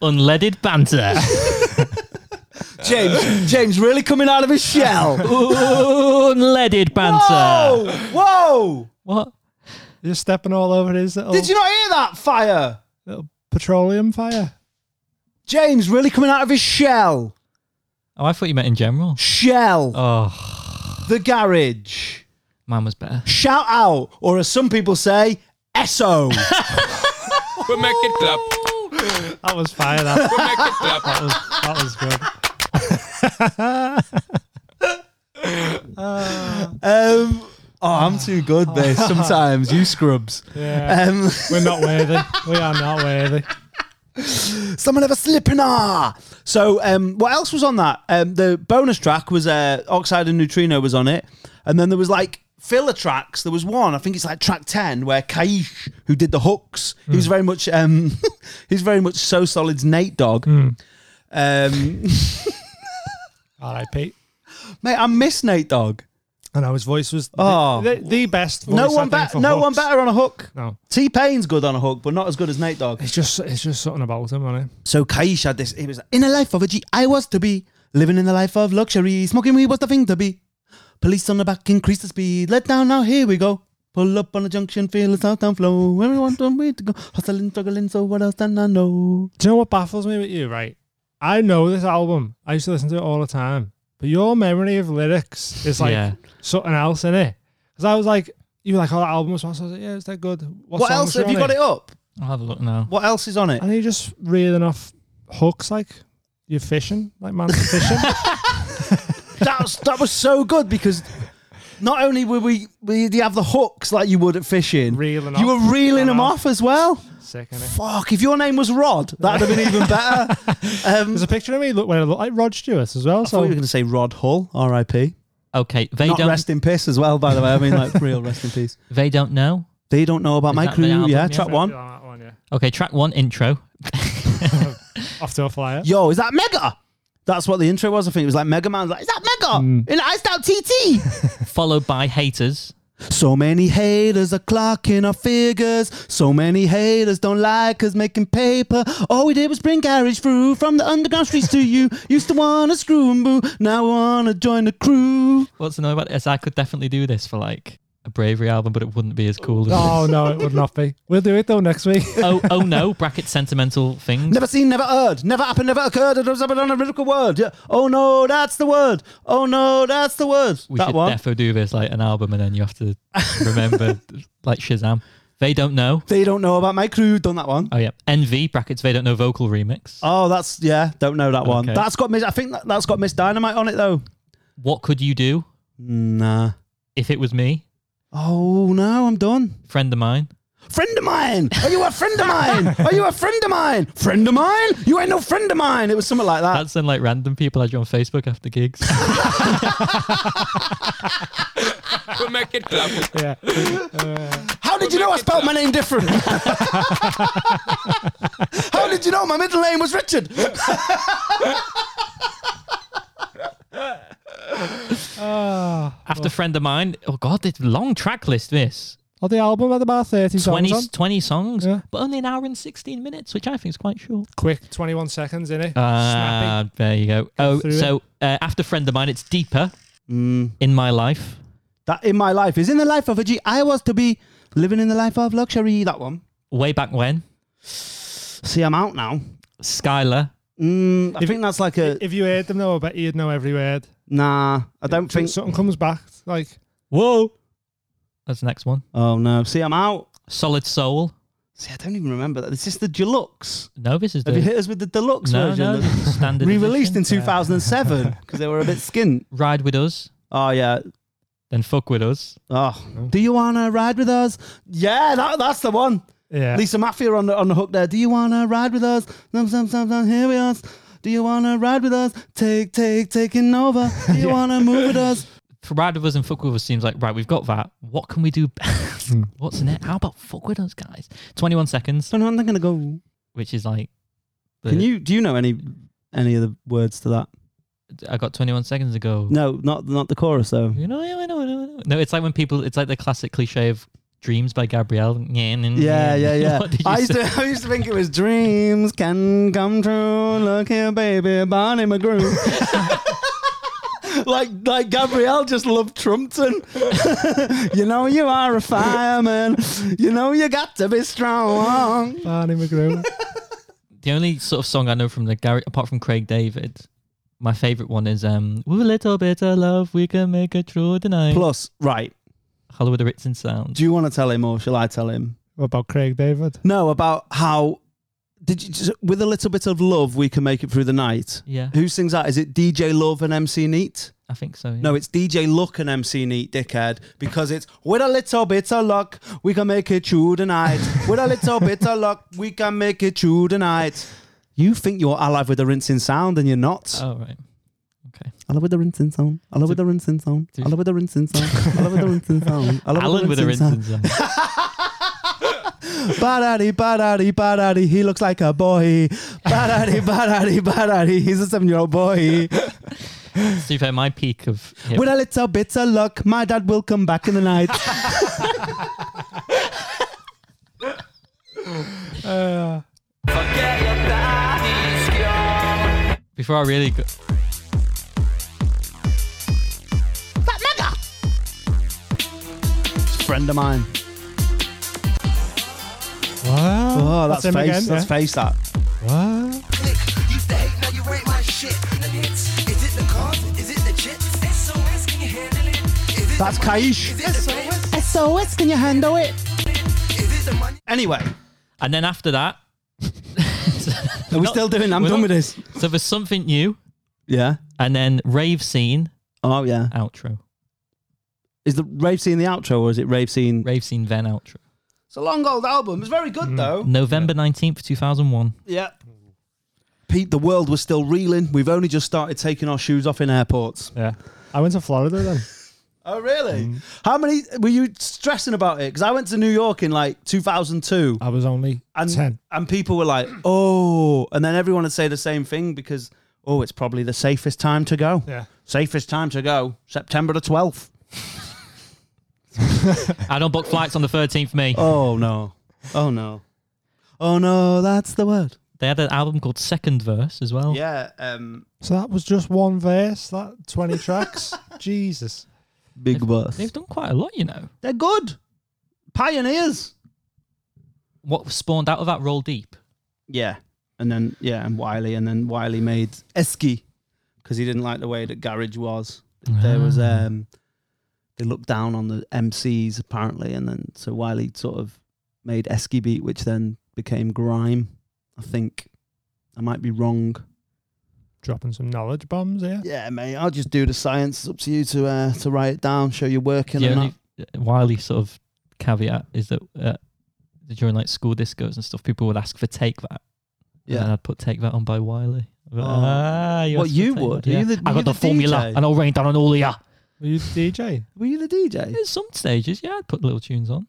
F: Unleaded banter.
A: James, James really coming out of his shell.
F: Unleaded banter.
A: Whoa, whoa!
E: Oh.
F: What?
E: You're stepping all over his little,
A: Did you not hear that fire?
E: little petroleum fire.
A: James really coming out of his shell.
F: Oh, I thought you meant in general.
A: Shell.
F: Oh,
A: the garage.
F: mine was better.
A: Shout out, or as some people say, SO.
H: We make it clap.
E: That was fire. That,
H: Make it clap.
E: that was that was good.
I: Um, oh, I'm too good, mate. Sometimes you scrubs.
E: Yeah,
I: Um,
E: we're not worthy. We are not worthy.
A: Someone have a slippener. So, um, what else was on that? Um, the bonus track was uh, Oxide and Neutrino was on it, and then there was like filler tracks. There was one, I think it's like track ten, where Kaish, who did the hooks, he
E: Hmm.
A: was very much, um, he's very much so solid's Nate Dog.
E: Hmm.
A: Um,
E: All right, Pete.
A: mate, I miss Nate Dog.
E: I know his voice was
A: Oh.
E: the, the, the best. Voice,
A: No
E: I
A: one
E: think,
A: better.
E: for
A: No one
E: hooks.
A: better on a hook.
E: No,
A: T Pain's good on a hook, but not as good as Nate Dog.
E: it's just it's just something about him, on it.
A: So Kaish had this. He was like, in a life of a G, I was to be living in a life of luxury. Smoking weed was the thing to be. Police on the back increase the speed. Let down now, here we go. Pull up on a junction, feel the southbound flow. Everyone don't wait to go. Hustling, struggling, so what else than I know?
E: Do you know what baffles me with you? Right, I know this album. I used to listen to it all the time, but your memory of lyrics is like
F: Yeah.
E: something else in it. Because I was like, you were like, "Oh, that album was." awesome." I was like, "Yeah, is that good?" What,
A: What
E: songs
A: else?
E: were
A: Have you
E: on
A: got it up?
F: I'll have a look now.
A: What else is on it?
E: And you're just reeling off hooks like you're fishing, like man's fishing.
A: that, was, that was so good because not only were we, we you have the hooks like you would at fishing,
E: Reeling
A: you
E: off.
A: were reeling them off as well.
E: Sick, innit?
A: Fuck, if your name was Rod, that'd have been even better. Um,
E: There's a picture of me look where I look like Rod Stewart as well.
A: I thought
E: So
A: you were going to say Rod Hull, R.I.P.
F: Okay, they
A: Not
F: don't.
A: rest in peace as well, by the way. I mean, like real rest in peace.
F: They don't know.
A: They don't know about
F: Is
A: my
F: that the
A: crew.
F: album?
A: yeah,
F: Yeah.
A: track one.
F: Okay, track one intro.
E: Off to a flyer.
A: Yo, is that Mega? That's what the intro was. I think it was like Mega Man's like, is that Mega?
F: Hmm.
A: In iced out TT.
F: followed by haters.
A: so many haters are clocking our figures. So many haters don't like us making paper. All we did was bring garage through from the underground streets to you. Used to wanna screw and boo, now wanna join the crew.
F: What's annoying about it is I could definitely do this for like a bravery album, but it wouldn't be as cool. As
E: Oh no, it would not be. We'll do it though next week.
F: this. oh, oh no, bracket sentimental things.
A: Never seen, never heard, never happened, never occurred. It was ever done a lyrical word. Yeah. Oh no, that's the word. Oh no, that's the word.
F: we
A: that
F: should
A: one.
F: defo do this like an album, and then you have to remember like Shazam. They don't know.
A: They don't know about my crew. Done that one.
F: Oh yeah, NV brackets. They don't know vocal remix.
A: Oh, that's yeah. Don't know that one.
F: Okay.
A: That's got Miss. I think that, that's got Miss Dynamite on it though.
F: What could you do
A: Nah.
F: if it was me?
A: Oh no, I'm done.
F: Friend of mine.
A: Friend of mine. Are you a friend of mine? Are you a friend of mine? Friend of mine? You ain't no friend of mine. It was something like that.
F: That's then like random people I drew on Facebook after gigs.
H: Make it clap.
E: yeah.
A: How did you know I spelled my name different? How did you know my middle name was Richard?
E: Ah.
F: after friend of mine. Oh god, it's a long track list. This
E: Well, Oh, the album had about thirty songs
F: 20,
E: on.
F: 20 songs,
E: Yeah.
F: but only an hour and sixteen minutes, which I think is quite short.
E: Quick, twenty-one seconds in it.
A: Uh,
F: Ah, there you go. Oh,
E: through
F: so uh, after friend of mine, it's deeper in my life.
A: That in my life is in the life of a G. I was to be living in the life of luxury. That one.
F: Way back when,
A: See, I'm out now.
F: Skylar.
A: Mm, I think that's like a
E: If you heard them though, I bet you'd know every word.
A: nah. I don't think.
E: something comes back. Like
F: Whoa, that's the next one.
A: Oh no. See, I'm out.
F: Solid Soul.
A: See, I don't even remember that. It's just the deluxe.
F: No, this is
A: Have you
F: the
A: hit us with the deluxe
F: no,
A: version?
F: no,
A: that-
F: this is the standard.
A: Re-released in
F: edition.
A: 2007 because they were a bit skint.
F: Ride with us,
A: Oh yeah.
F: then fuck with us.
A: Oh, do you wanna ride with us? Yeah, that, that's the one.
E: yeah,
A: Lisa Mafia on the on the hook there. Do you wanna ride with us? Num num num num. Here we are. Do you wanna ride with us? Take take taking over. Do you wanna move with us?
F: For Ride with us and fuck with us seems like right. We've got that. What can we do?
A: Hmm.
F: What's in it? How about fuck with us, guys? Twenty-one seconds,
A: So I'm not gonna go.
F: which is like. the-
A: Can you do you know any any of the words to that?
F: I got twenty-one seconds ago.
A: No, not not the chorus though.
F: You know, I know, I know, I know. No, it's like when people, it's like the classic cliche of Dreams by Gabrielle. Yeah,
A: Yeah, yeah, yeah.
F: What did you
A: I used
F: say?
A: to, I used to think it was dreams can come true. Look here, baby, Barney McGrew. like, like Gabrielle just loved Trumpton. you know you are a fireman. You know you got to be strong.
E: Barney McGrew.
F: The only sort of song I know from the Gary, apart from Craig David, my favorite one is um, With a Little Bit of Love, We Can Make It True Tonight.
A: Plus, right?
F: Hello with the Ritz and Sound.
A: Do you want to tell him or shall I tell him?
E: what about Craig David?
A: No, about how Did you just, with a little bit of love, we can make it through the night.
F: Yeah,
A: Who sings that? Is it DJ Love and MC Neat?
F: I think so. yeah.
A: No, it's DJ Luck and MC Neat, dickhead. Because it's with a little bit of luck, we can make it through the night. With a little bit of luck, we can make it through the night. You think you're alive with the rinsing sound, and you're not.
F: Oh right.
A: Alan with the rinsing sound. Alan with the rinsing sound.
F: Dude.
A: Alan with the rinsing sound. Alan with the rinsing sound.
F: Alan with a rinse and zone.
A: Badaddy, badaddy, badaddy. He looks like a boy. Badaddy, badaddy, badaddy. He's a seven-year-old boy.
F: To be fair, my peak of hip-
A: With a little bit of luck, my dad will come back in the night.
E: Uh,
F: before I really go-
A: Friend of mine.
E: wow.
A: Oh, that's,
E: him
A: face.
E: again,
A: that's
E: yeah.
A: face. That.
E: Wow.
A: That's Kaish. SOS, can you handle it? Anyway,
F: and then after that,
A: are we
F: Not-
A: still doing? I'm
F: we're
A: done
F: not-
A: with this.
F: so there's something new,
A: Yeah.
F: and then rave scene
A: Oh yeah.
F: outro,
A: Is the rave scene the outro or is it rave scene?
F: rave scene then outro.
J: It's a long old album. It's very
E: Mm.
J: good though.
F: November nineteenth, two thousand one.
J: Yeah.
A: Pete, the world was still reeling. We've only just started taking our shoes off in airports.
E: Yeah. I went to Florida then.
A: Oh, really?
E: Mm.
A: How many were you stressing about it? Because I went to New York in like 2002,
E: I was only
A: and
E: Uh, ten.
A: and people were like, "Oh," and then everyone would say the same thing because, "Oh, it's probably the safest time to go.
E: Yeah.
A: Safest time to go, September the 12th."
F: I don't book flights on the thirteenth May.
A: Oh no! Oh no! Oh no! That's the word.
F: They had an album called Second Verse as well.
A: Yeah. Um,
E: So that was just one verse. That twenty tracks. Jesus.
A: big boss.
F: They've done quite a lot, you know.
A: They're good. Pioneers.
F: What spawned out of that Roll Deep?
A: Yeah. And then, yeah, and Wiley. And then Wiley made Esky because he didn't like the way that Garage was. There was,
F: Ah.
A: um, they looked down on the MCs apparently. And then, so Wiley sort of made Esky Beat, which then became Grime, I think. I might be wrong.
E: Dropping some knowledge bombs here.
A: Yeah, mate. I'll just do the science. It's up to you to uh, to write it down, show your work in
F: the
A: or not.
F: only uh, wily sort of caveat is that uh, during like school discos and stuff, people would ask for take that.
A: Yeah.
F: Yeah, and I'd put take that on by Wiley. I'd be like,
A: Oh.
F: "Ah,
A: What,
F: asked for
A: you
F: Take That."
A: would? Are you the- were
F: I
A: you
F: got the,
A: the
F: formula
A: DJ?
F: and I'll rain down on all of ya.
E: Were you DJ
A: Were you the DJ?
F: At some stages, yeah, I'd put little tunes on.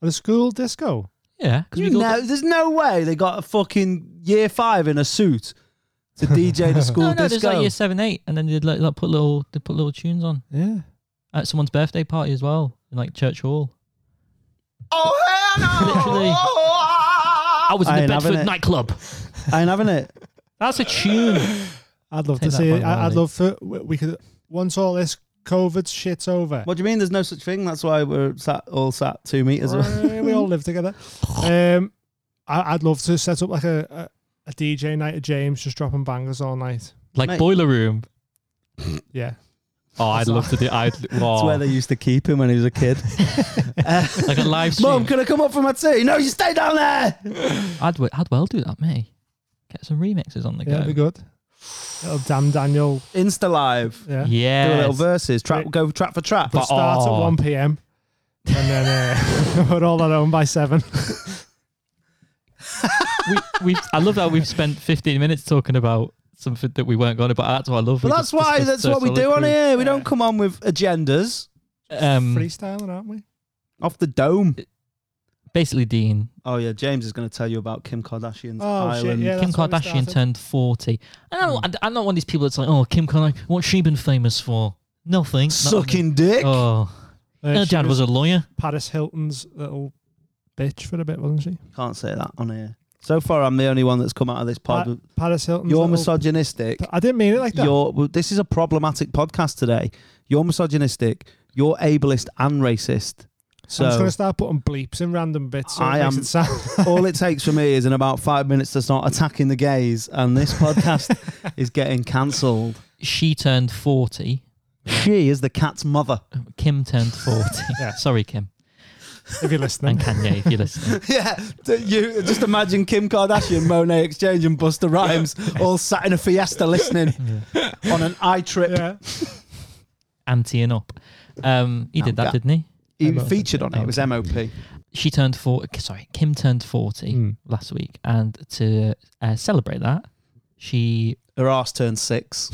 E: at a school disco?
F: Yeah, because we
A: You
F: go
A: know, there's no way they got a fucking year five in a suit to DJ the school
F: no, no, there's
A: disco.
F: like year seven, eight, and then they'd like, like put little they put little tunes on
E: Yeah.
F: at someone's birthday party as well in like church hall.
A: oh hell
F: Literally, I was in
A: I
F: the
A: ain't having
F: Bedford
A: it.
F: nightclub.
A: I ain't having it.
F: That's a tune.
E: I'd love
F: Take
E: to
F: that
E: see
F: by
E: it. I- I'd
F: Wiley.
E: love for we we could once all this COVID shit's over.
A: What do you mean? There's no such thing. That's why we're sat all sat two meters. away.
E: Uh, we all live together. Um, I, I'd love to set up like a, a, a DJ night at James, just dropping bangers all night.
F: like
A: Mate.
F: boiler room.
E: Yeah,
F: Oh, I'd love to do. I'd
A: That's where they used to keep him when he was a kid.
F: like a live stream.
A: Mom, can I come up for my tea? No, you stay down there.
F: I'd, we- I'd well do that, mate. Get some remixes on the
E: yeah, that'd be
F: go.
E: good. Little damn Daniel.
A: Insta live.
E: Yeah,
A: Do a
F: Yeah.
A: little verses. Trap,
E: Wait.
A: go trap for trap.
E: But start
F: oh.
E: at one p.m. and then uh, we're all at home by seven.
F: we, we've, I love how we've spent 15 minutes talking about something that we weren't going to, but that's what I love.
A: But
F: We
A: that's
F: just
A: why.
F: discussed
A: That's what we do on
F: soliloquy.
A: here. We don't come on with agendas
F: Um,
E: Freestyling, aren't we?
A: off the dome.
F: basically, Dean,
A: Oh yeah, James is going to tell you about Kim Kardashian's
E: Oh shit!
A: island.
E: Yeah,
F: Kim
E: that's where we
F: Kardashian
E: started.
F: turned 40. And I don't, I'm not one of these people that's like, oh, Kim Kardashian, what's she been famous for? Nothing. Not
A: Sucking dick.
F: nothing. Oh,
E: Uh,
F: her
E: she
F: dad was a lawyer.
E: Paris Hilton's little bitch for a bit, wasn't she?
A: Can't say that on here. So far, I'm the only one that's come out of this pod.
E: Pa-
A: with-
E: Paris Hilton's
A: you're
E: little-
A: misogynistic.
E: I didn't mean it like that.
A: You're. well, This is a problematic podcast today. You're misogynistic. You're ableist and racist.
E: I'm just
A: So
E: gonna start putting bleeps in random bits. So
A: I
E: I
A: am-
E: am. It sound-
A: all it takes for me is in about five minutes to start attacking the gays, and this podcast is getting cancelled.
F: She turned 40.
A: She is the cat's mother.
F: Kim turned 40.
E: Yeah.
F: Sorry, Kim.
E: if you're listening.
F: and Kanye, if you're listening.
A: Yeah, d- you just imagine Kim Kardashian, Monet Exchange, and Buster Rhymes all sat in a fiesta listening on an i trip.
E: yeah.
F: Anteing up. Um, he did that,
A: that-
F: didn't he?
A: He
E: MOP.
A: featured on it. It was MOP.
F: She turned four. Sorry, Kim turned forty
E: Hmm.
F: last week, and to uh, celebrate that, she
A: Her ass turned six.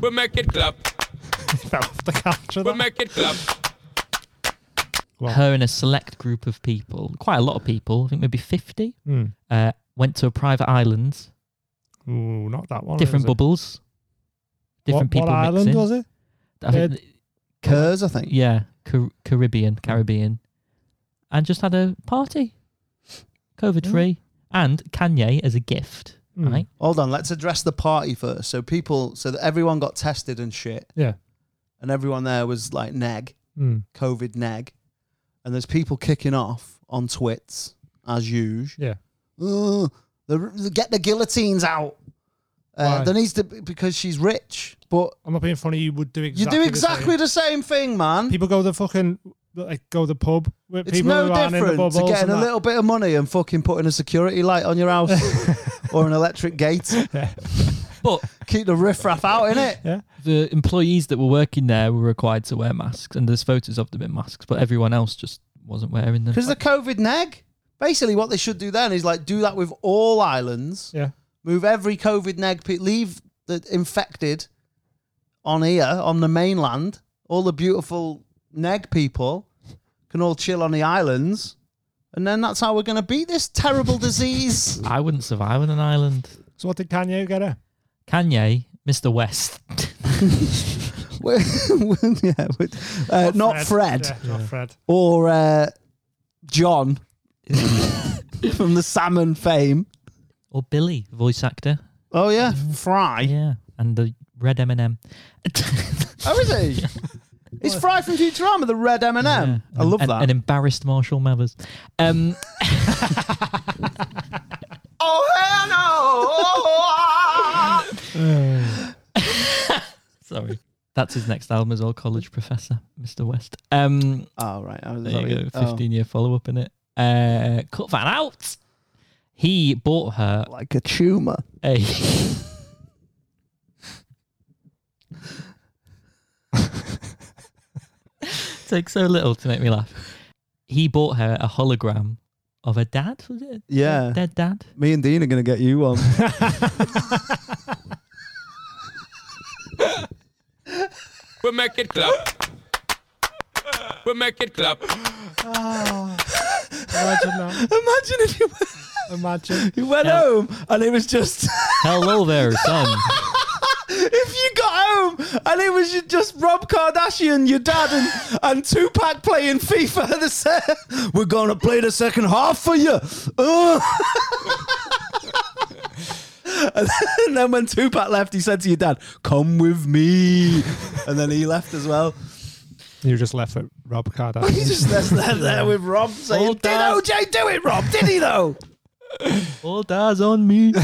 H: We make it clap.
E: Fell off the couch. with
H: We
E: that.
H: make it clap.
E: Wow.
F: her and a select group of people, quite a lot of people, I think maybe 50,
E: Hmm.
F: uh, went to a private island,
E: Ooh, not that one.
F: different
E: is it?
F: bubbles, different
E: what,
F: people
E: what
F: mixing.
E: island was it?
F: I think, th-
A: Hers, I think.
F: yeah, Car-
E: Hmm.
F: Caribbean, Caribbean, and just had a party, COVID
E: Hmm.
F: free, and Kanye as a gift,
E: Mm.
F: right?
A: Hold on, let's address the party first. So people, so that everyone got tested and shit,
E: Yeah.
A: and everyone there was like neg,
E: Hmm.
A: COVID neg, and there's people kicking off on twits as usual.
E: Yeah.
A: Ugh, the, get the guillotines out. Uh,
E: Why?
A: there needs to be, because she's rich, but
E: I'm not being funny. You would do
A: you
E: exactly.
A: do
E: the
A: exactly
E: same.
A: the same thing, man.
E: People go to the fucking like go to the pub with
A: It's
E: people
A: no
E: who aren't in the
A: different
E: bubbles.
A: to
E: and
A: getting a
E: that.
A: little bit of money and fucking putting a security light on your house or an electric gate.
F: But
A: Keep the riffraff out, innit?
F: the employees that were working there were required to wear masks, and there's photos of them in masks, but everyone else just wasn't wearing them.
A: Because the COVID neg. Basically, what they should do then is like do that with all islands.
E: Yeah.
A: Move every COVID neg. pe- Leave the infected on here on the mainland. All the beautiful neg people can all chill on the islands, and then that's how we're going to beat this terrible disease.
F: I wouldn't survive on an island.
E: So what did Kanye get her?
F: Kanye, Mr. West,
A: We're- we're- yeah, we're- uh, not Fred,
E: Yeah, Not Fred.
A: or uh, John from the salmon fame.
F: or Billy, voice actor.
A: Oh yeah, Fry.
F: Yeah, and the red M&M.
A: Oh, is he? It's Fry from Futurama, the red M&M. I love
F: and,
A: that.
F: And embarrassed Marshall Mathers. Um,
A: Oh,
F: sorry. That's his next album as well, College Professor, Mr. West. Um,
A: oh, right. I was
F: there you go,
A: oh,
F: 15 year follow up in it. Uh, cut that out. He bought her
A: Like a tumor.
F: a. Takes so little to make me laugh. He bought her a hologram of her dad, was it?
A: Yeah.
F: Dead dad?
A: Me and Dean are going to get you one.
H: We make it clap. We make it clap.
E: Imagine that.
A: Imagine if you,
E: Imagine.
A: you went
F: Yeah.
A: home and it was just...
F: Hello there, son.
A: if you got home and it was ju- just Rob Kardashian, your dad, and, and Tupac playing FIFA the set. We're going to play the second half for you. Ugh. and then when Tupac left, he said to your dad, come with me. And then he left as well.
E: You just left it, Rob Kardashian.
A: He just left there, there with Rob saying,
F: Well
A: did
F: done.
A: OJ do it, Rob? Did he though?
F: All that's on me.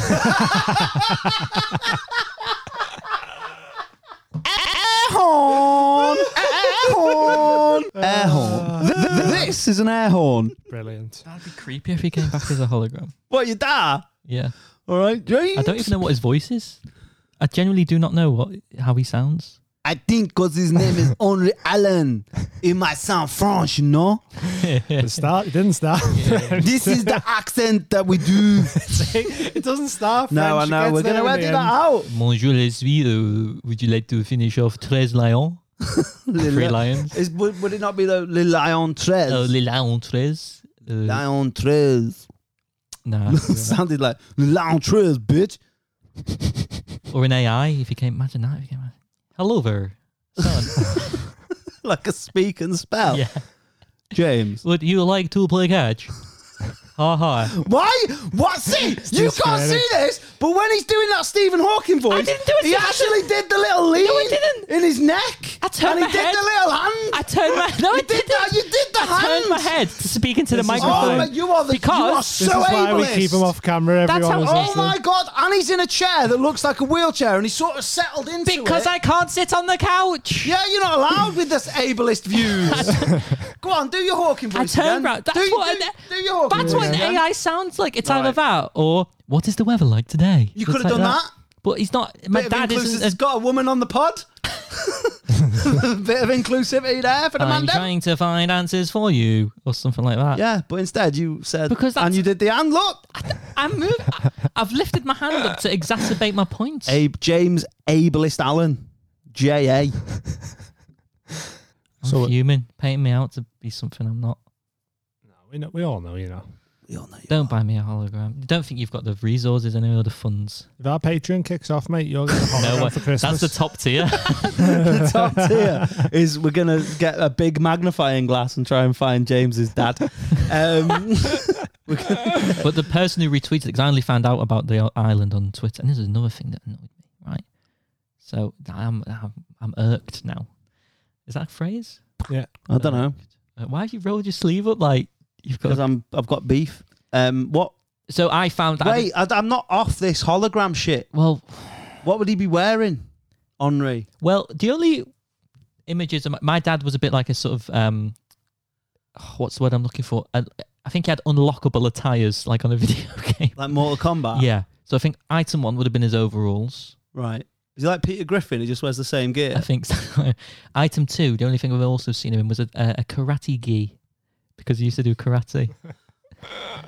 A: Horn! Air horn! Air horn. Th- th- This is an air horn.
E: Brilliant.
F: That'd be creepy if he came back as a hologram.
A: What, your dad?
F: Yeah.
A: All right.
F: I don't even know what his voice is. I genuinely do not know what how he sounds.
A: I think because his name is only Alan. It might sound French, you know?
E: It start. It didn't start.
A: This is the accent that we do.
E: it doesn't start.
A: no, I
E: French. It
A: know.
E: gets
A: We're going
E: there
A: to
E: in
A: edit
E: the
A: that
E: end.
A: out.
F: Bonjour les suis. Uh, would you like to finish off Tres Lions? Three lions.
A: Is, would, would it not be the Le Lion 13?
F: Oh, les lions tres. Uh,
A: Lion 13.
F: nah.
A: Sounded like Le Lion 13, bitch.
F: or an AI if he came. Imagine that. If he came out. Hello there. Son.
A: Like a speak and spell.
F: yeah.
A: James.
F: Would you like to play catch? Ha ha.
A: Why? What? See, you can't
E: scary.
A: see this, but when he's doing that Stephen Hawking voice,
F: didn't do it,
A: he
F: Stephen.
A: actually did the little lean
F: I didn't.
A: in his neck.
F: I turned
A: and he
F: my
A: did
F: head.
A: the little hand.
F: turned my. No, I
A: you did that. You did the
F: I turned my head to speak into the
E: This is
F: microphone.
A: Oh, mate, you are the you are
F: because
E: This
A: so
E: is why we
A: ableist.
E: keep him off camera. Everyone
F: That's how-
E: was
F: oh
A: Oh
E: listening.
A: my god! And he's in a chair that looks like a wheelchair, and he's sort of settled into it.
F: because I can't sit on the couch.
A: Yeah, you're not allowed with this ableist views. Go on, do your Hawking
F: I
A: voice.
F: turned
A: again.
F: round. That's
A: do,
F: what
A: do,
F: an-
A: do your Hawking
F: That's
A: voice
F: what an
A: again.
F: AI sounds like. It's
A: Right.
F: either that or what is the weather like today?
A: You
F: It's
A: could have
F: like
A: done that.
F: But he's not. My
A: Bit of
F: dad
A: inclusive-
F: isn't.
A: It's
F: A,
A: got a woman on the pod. Bit of inclusivity there for the
F: I'm
A: man. Dev.
F: trying to find answers for you or something like that.
A: Yeah, but instead you said
F: Because that's-
A: and you did the and look.
F: I'm move- I, I've lifted my hand up to exacerbate my point.
A: Abe James Ableist Allen. J A.
F: I'm
E: So-
F: human, painting me out to be something I'm not.
E: We, know, we all know, you know.
F: Don't buy me a hologram. Don't think you've got the resources and or the funds.
E: If our Patreon kicks off, mate, you're going to hologram
F: No way.
E: for Christmas.
F: That's the top tier.
A: the top tier is we're gonna get a big magnifying glass and try and find James's dad. Um,
F: but the person who retweeted it, because I only found out about the island on Twitter, and this is another thing that annoyed me, right? So I'm, I'm, I'm irked now. Is that a phrase?
A: I don't know
F: Uh, Why have you rolled your sleeve up like you've got?
A: because I'm I've got beef. Um, what?
F: so I found. I
A: Wait,
F: didn't-
A: I, I'm not off this hologram shit.
F: well,
A: What would he be wearing, Henri?
F: well, the only images of my, my dad was a bit like a sort of um, oh, what's the word I'm looking for? I, I think he had unlockable attires like on a video game.
A: Like Mortal Kombat?
F: Yeah. So I think item one would have been his overalls.
A: Right. Is he like Peter Griffin? He just wears the same
F: I
A: gear.
F: think so. Item two, the only thing I've also seen him in was a, a, a karate gi because he used to do karate.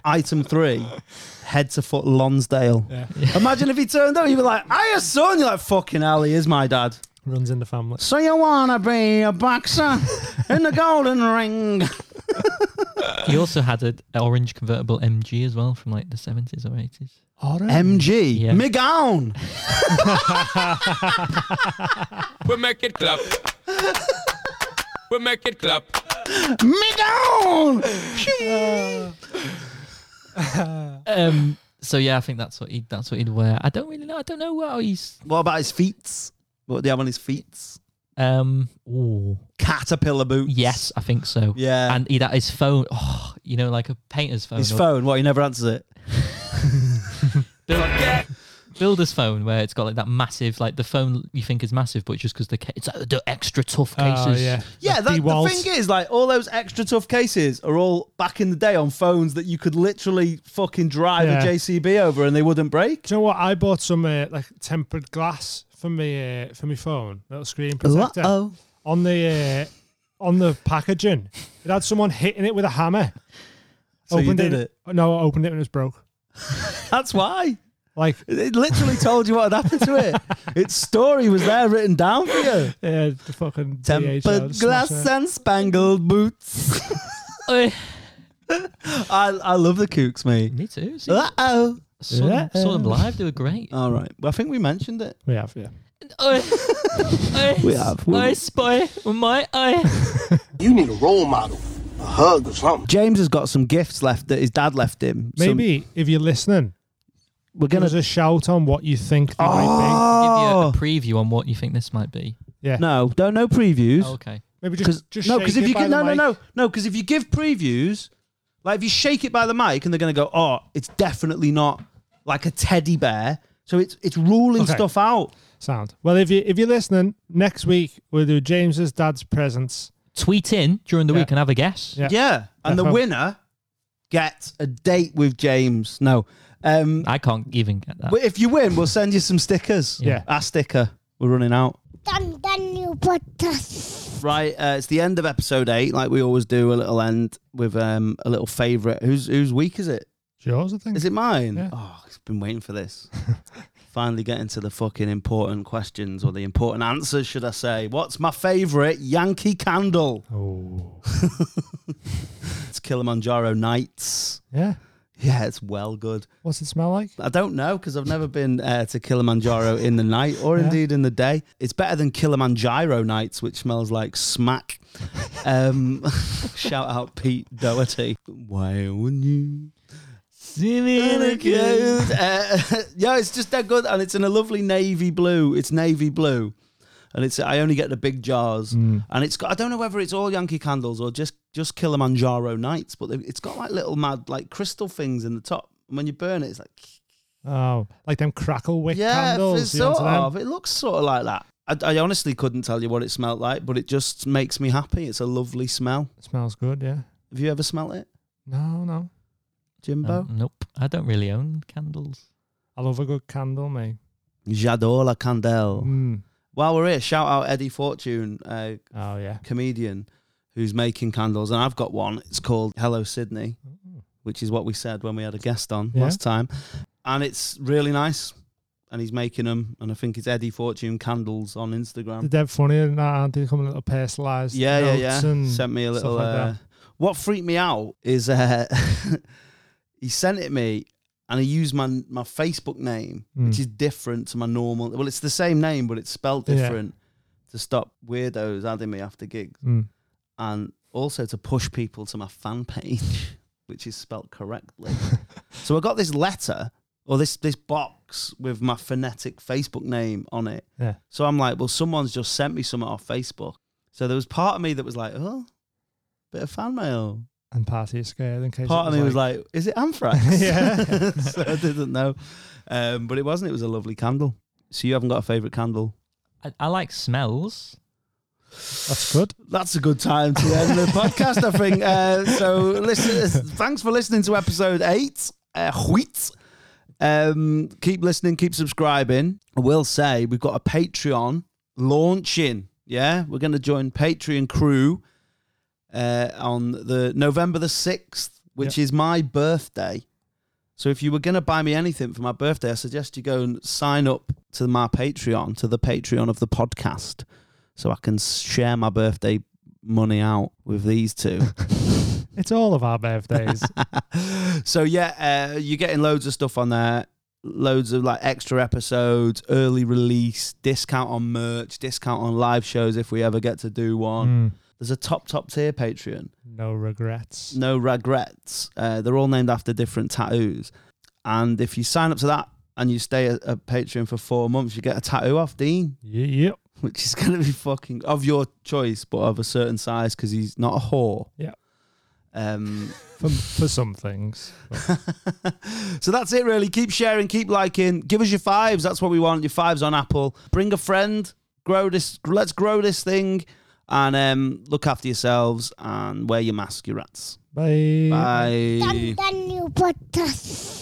A: Item three, head to foot Lonsdale.
E: Yeah.
A: Imagine if he turned up, he'd be like, "Hiya, son." You're like, "Fucking hell, he is my dad."
E: Runs in the family.
A: So you wanna be a boxer in the golden ring?
F: He also had an orange convertible MG as well from like the 70s or 80s.
A: MG.
F: Yeah.
A: Me gown.
H: We make it clap. We make it clap.
A: Me gown.
F: Um, so yeah, I think that's what he that's what he'd wear. I don't really know. I don't know what he's.
A: What about his feet? What do you have on his feet?
F: Um, ooh.
A: Caterpillar boots.
F: yes, I think so.
A: Yeah.
F: And he'd had his phone. Oh, you know, like a painter's phone.
A: His
F: or
A: phone. What? He never answers it.
F: builder's phone where it's got like that massive, like the phone you think is massive, but it's just because the ca- it's like the extra tough cases.
E: Oh, yeah.
A: Yeah, that, the
E: DeWalt.
A: thing is, like, all those extra tough cases are all back in the day on phones that you could literally fucking drive
E: Yeah.
A: a JCB over and they wouldn't break.
E: Do you know what? I bought some uh, like tempered glass for me uh, for my phone, little screen protector.
A: Uh-oh.
E: On the uh, on the packaging, it had someone hitting it with a hammer.
A: So you did
E: No, I opened it and it was broke.
A: That's why.
E: Like
A: It literally told you what had happened to it. Its story was there written down for you.
E: uh, the fucking DHL
A: Tempered
E: just
A: glass
E: smashed it.
A: and spangled boots.
F: Eh,
A: I, I love the kooks, mate.
F: me too. See,
A: Uh oh.
F: saw, them, saw them
E: Yeah. Uh,
F: live. They were great.
A: All right. Well, I think we mentioned it.
E: We have, yeah.
F: Oi. Oi.
A: We have. We-
F: Oi, spy. My oi.
B: You need a role model, a hug or something.
A: James has got some gifts left that his dad left him. Some-
E: Maybe if you're listening,
A: we're
E: give
A: gonna.
E: us a shout on what you think they might
F: Give you a,
A: Oh
F: a preview on what you think this might be.
E: be. Yeah.
A: no! Don't no previews.
F: Oh, okay.
E: Maybe
A: Because
E: just, just
A: no,
E: because
A: because if you
E: can,
A: can, no, no, no, no, because if you give previews, like if you shake it by the mic and they're gonna go, oh, it's definitely not like a teddy bear. So it's it's ruling
E: Okay.
A: stuff out.
E: Sound. Well, if you if you're listening, next week we'll do James's dad's presents.
F: Tweet in during the
E: Yeah.
F: week and have a guess.
E: Yeah.
A: Yeah, and the
E: Defo.
A: winner gets a date with James. No, um,
E: Ah.
F: I can't even get that.
A: but if you win, we'll send you some stickers.
E: Yeah.
A: our sticker. We're running out.
G: Dum Daniel Podcast.
A: Right, uh, it's the end of episode eight. Like we always do, a little end with um, a little favorite. Who's whose week is it?
E: It's yours, I think.
A: Is it mine?
E: Yeah.
A: Oh, I've been waiting for this. Finally getting to the fucking important questions or the important answers, should I say. What's my favourite Yankee candle?
E: Oh.
A: It's Kilimanjaro Nights.
E: Yeah.
A: Yeah, it's well good.
E: What's it smell like?
A: I don't know because I've never been uh, to Kilimanjaro in the night or
E: Yeah.
A: indeed in the day. It's better than Kilimanjaro Nights, which smells like smack. Um, shout out Pete Doherty. Why wouldn't you? Uh, yeah, it's just that good, and it's in a lovely navy blue. It's navy
E: Hmm.
A: blue, and it's I only get the big jars, and it's got I don't know whether it's all Yankee candles or just just Kilimanjaro Nights, but they- it's got like little mad like crystal things in the top. And when you burn it, it's like
E: Oh, like them crackle wick
A: yeah,
E: candles.
A: it's
E: you know,
A: sort
E: to them.
A: of. It looks sort of like that. I, I honestly couldn't tell you what it smelled like, but it just makes me happy. It's a lovely smell.
E: It smells good, yeah.
A: Have you ever smelled it,
E: No, no.
A: Jimbo?
F: Um, nope. I don't really own candles.
E: I love a good candle, mate.
A: J'adore la candelle.
E: Mm.
A: While we're here, shout out Eddie Fortune, uh,
E: Oh, yeah.
A: comedian who's making candles, and I've got one. It's called Hello Sydney, which is what we said when we had a guest on
E: Mm. Yeah.
A: last time, and it's really nice. And he's making them, and I think it's Eddie Fortune candles on
E: They're
A: Instagram.
E: dead funny, and that, aren't they? They Come in little personalised.
A: Um, Yeah, yeah,
E: notes
A: yeah.
E: And
A: Sent me a
E: stuff
A: little.
E: like
A: uh,
E: that.
A: what freaked me out is uh, he sent it me, and he used my my Facebook name, which
E: Mm.
A: is different to my normal. Well, it's the same name, but it's spelled
E: Yeah.
A: different to stop weirdos adding me after gigs.
E: Mm.
A: and also to push people to my fan page, which is spelt correctly. so I got this letter or this this box with my phonetic Facebook name on it.
E: Yeah.
A: So I'm like, well, someone's just sent me something off Facebook. So there was part of me that was like, oh, bit of fan mail.
E: And party scared in case.
A: Part
E: it
A: of me was like, is it anthrax?
E: Yeah.
A: so I didn't know. Um, but it wasn't. It was a lovely candle. So you haven't got a favourite candle?
F: I, I like smells.
E: that's good.
A: That's a good time to end the podcast, I think. Uh, so, listen, uh, thanks for listening to episode eight. Uh, wheat. Um, keep listening, keep subscribing. I will say we've got a Patreon launching. Yeah, we're going to join Patreon crew uh, on the November the 6th, which is my birthday. So if you were going to buy me anything for my birthday, I suggest you go and sign up to my Patreon, to the Patreon of the podcast, so I can s- share my birthday money out with these two.
E: It's all of our birthdays.
A: so yeah, uh, you're getting loads of stuff on there. Loads of like extra episodes, early release, discount on merch, discount on live shows if we ever get to do one.
E: Mm.
A: There's a top top tier Patreon.
E: No regrets.
A: No regrets. Uh, they're all named after different tattoos. And if you sign up to that and you stay a, a Patreon for four months, you get a tattoo off Dean,
E: Ye- Yep.
A: which is going to be fucking of your choice, but of a certain size because he's not a whore.
E: Yeah.
A: Um,
E: For, for some things. But
A: so that's it, really. Keep sharing, keep liking, give us your fives. That's what we want. Your fives on Apple. Bring a friend. Grow this. Let's grow this thing, and um, look after yourselves and wear your mask, you rats.
E: Bye.
A: Bye.
G: Dum dum you put us.